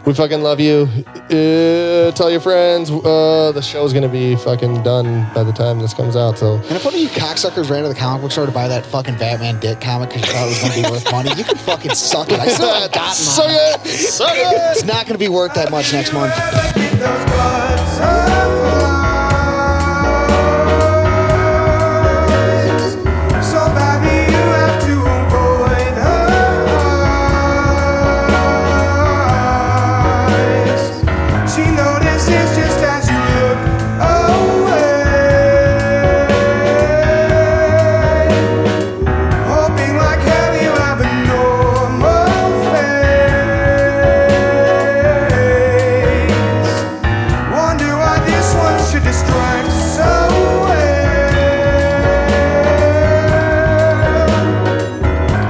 S2: We fucking love you. Uh, tell your friends. Uh, the show's gonna be fucking done by the time this comes out. So
S12: And if one of you cocksuckers ran to the comic book store to buy that fucking Batman dick comic because you thought it was going to be worth money, you can fucking suck it. I still haven't gotten mine.
S4: Suck
S12: it. Suck it. It's not going to be worth that much next month.
S4: So baby, you have to avoid her eyes. She notices just as you look away. Hoping like hell you have a normal face. Wonder why this one should distract so well.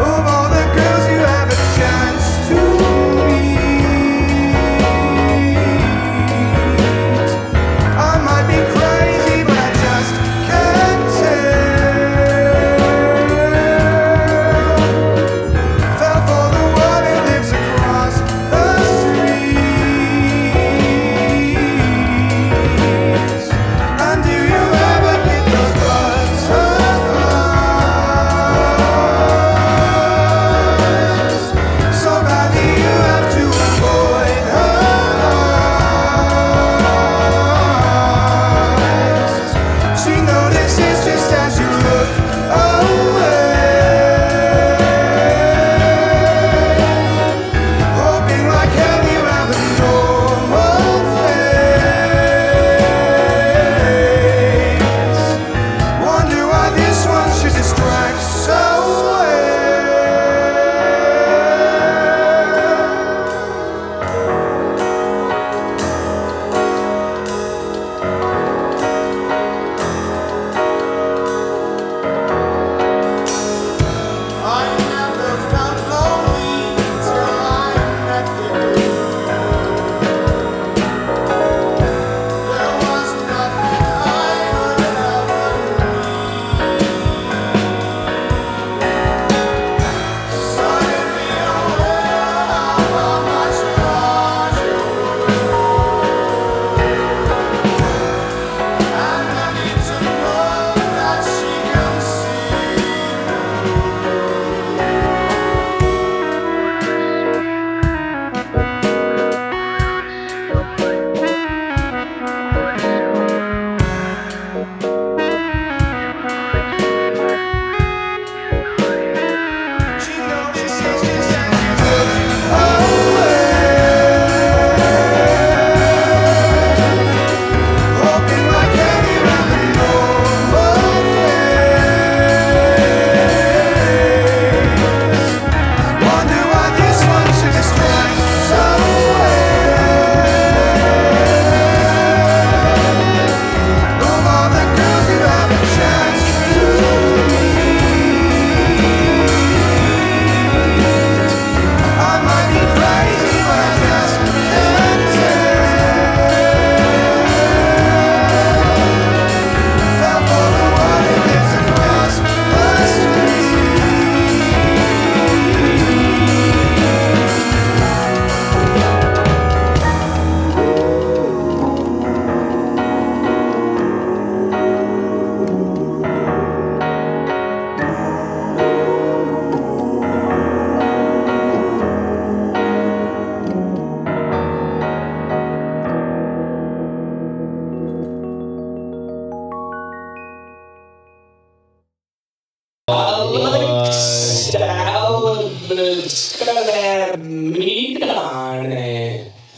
S4: Of all the girls you have a chance to meet, I might be crazy, but I just can't tell. Fell for the one who lives across the street. And do you ever get those butterflies? So badly you have to avoid her eyes. She notices just as you look away. Hoping like hell you have a normal face. Wonder why this one should distract so well. I never felt lonely till I met you. There was nothing I would ever need. Suddenly aware of how much larger and I need to know that she can see me. Wonder why this one should distract so well. Of all the girls you have a chance to meet, I might be crazy, but I just can't tell. Fell for the one who lives across the street.
S1: Salad.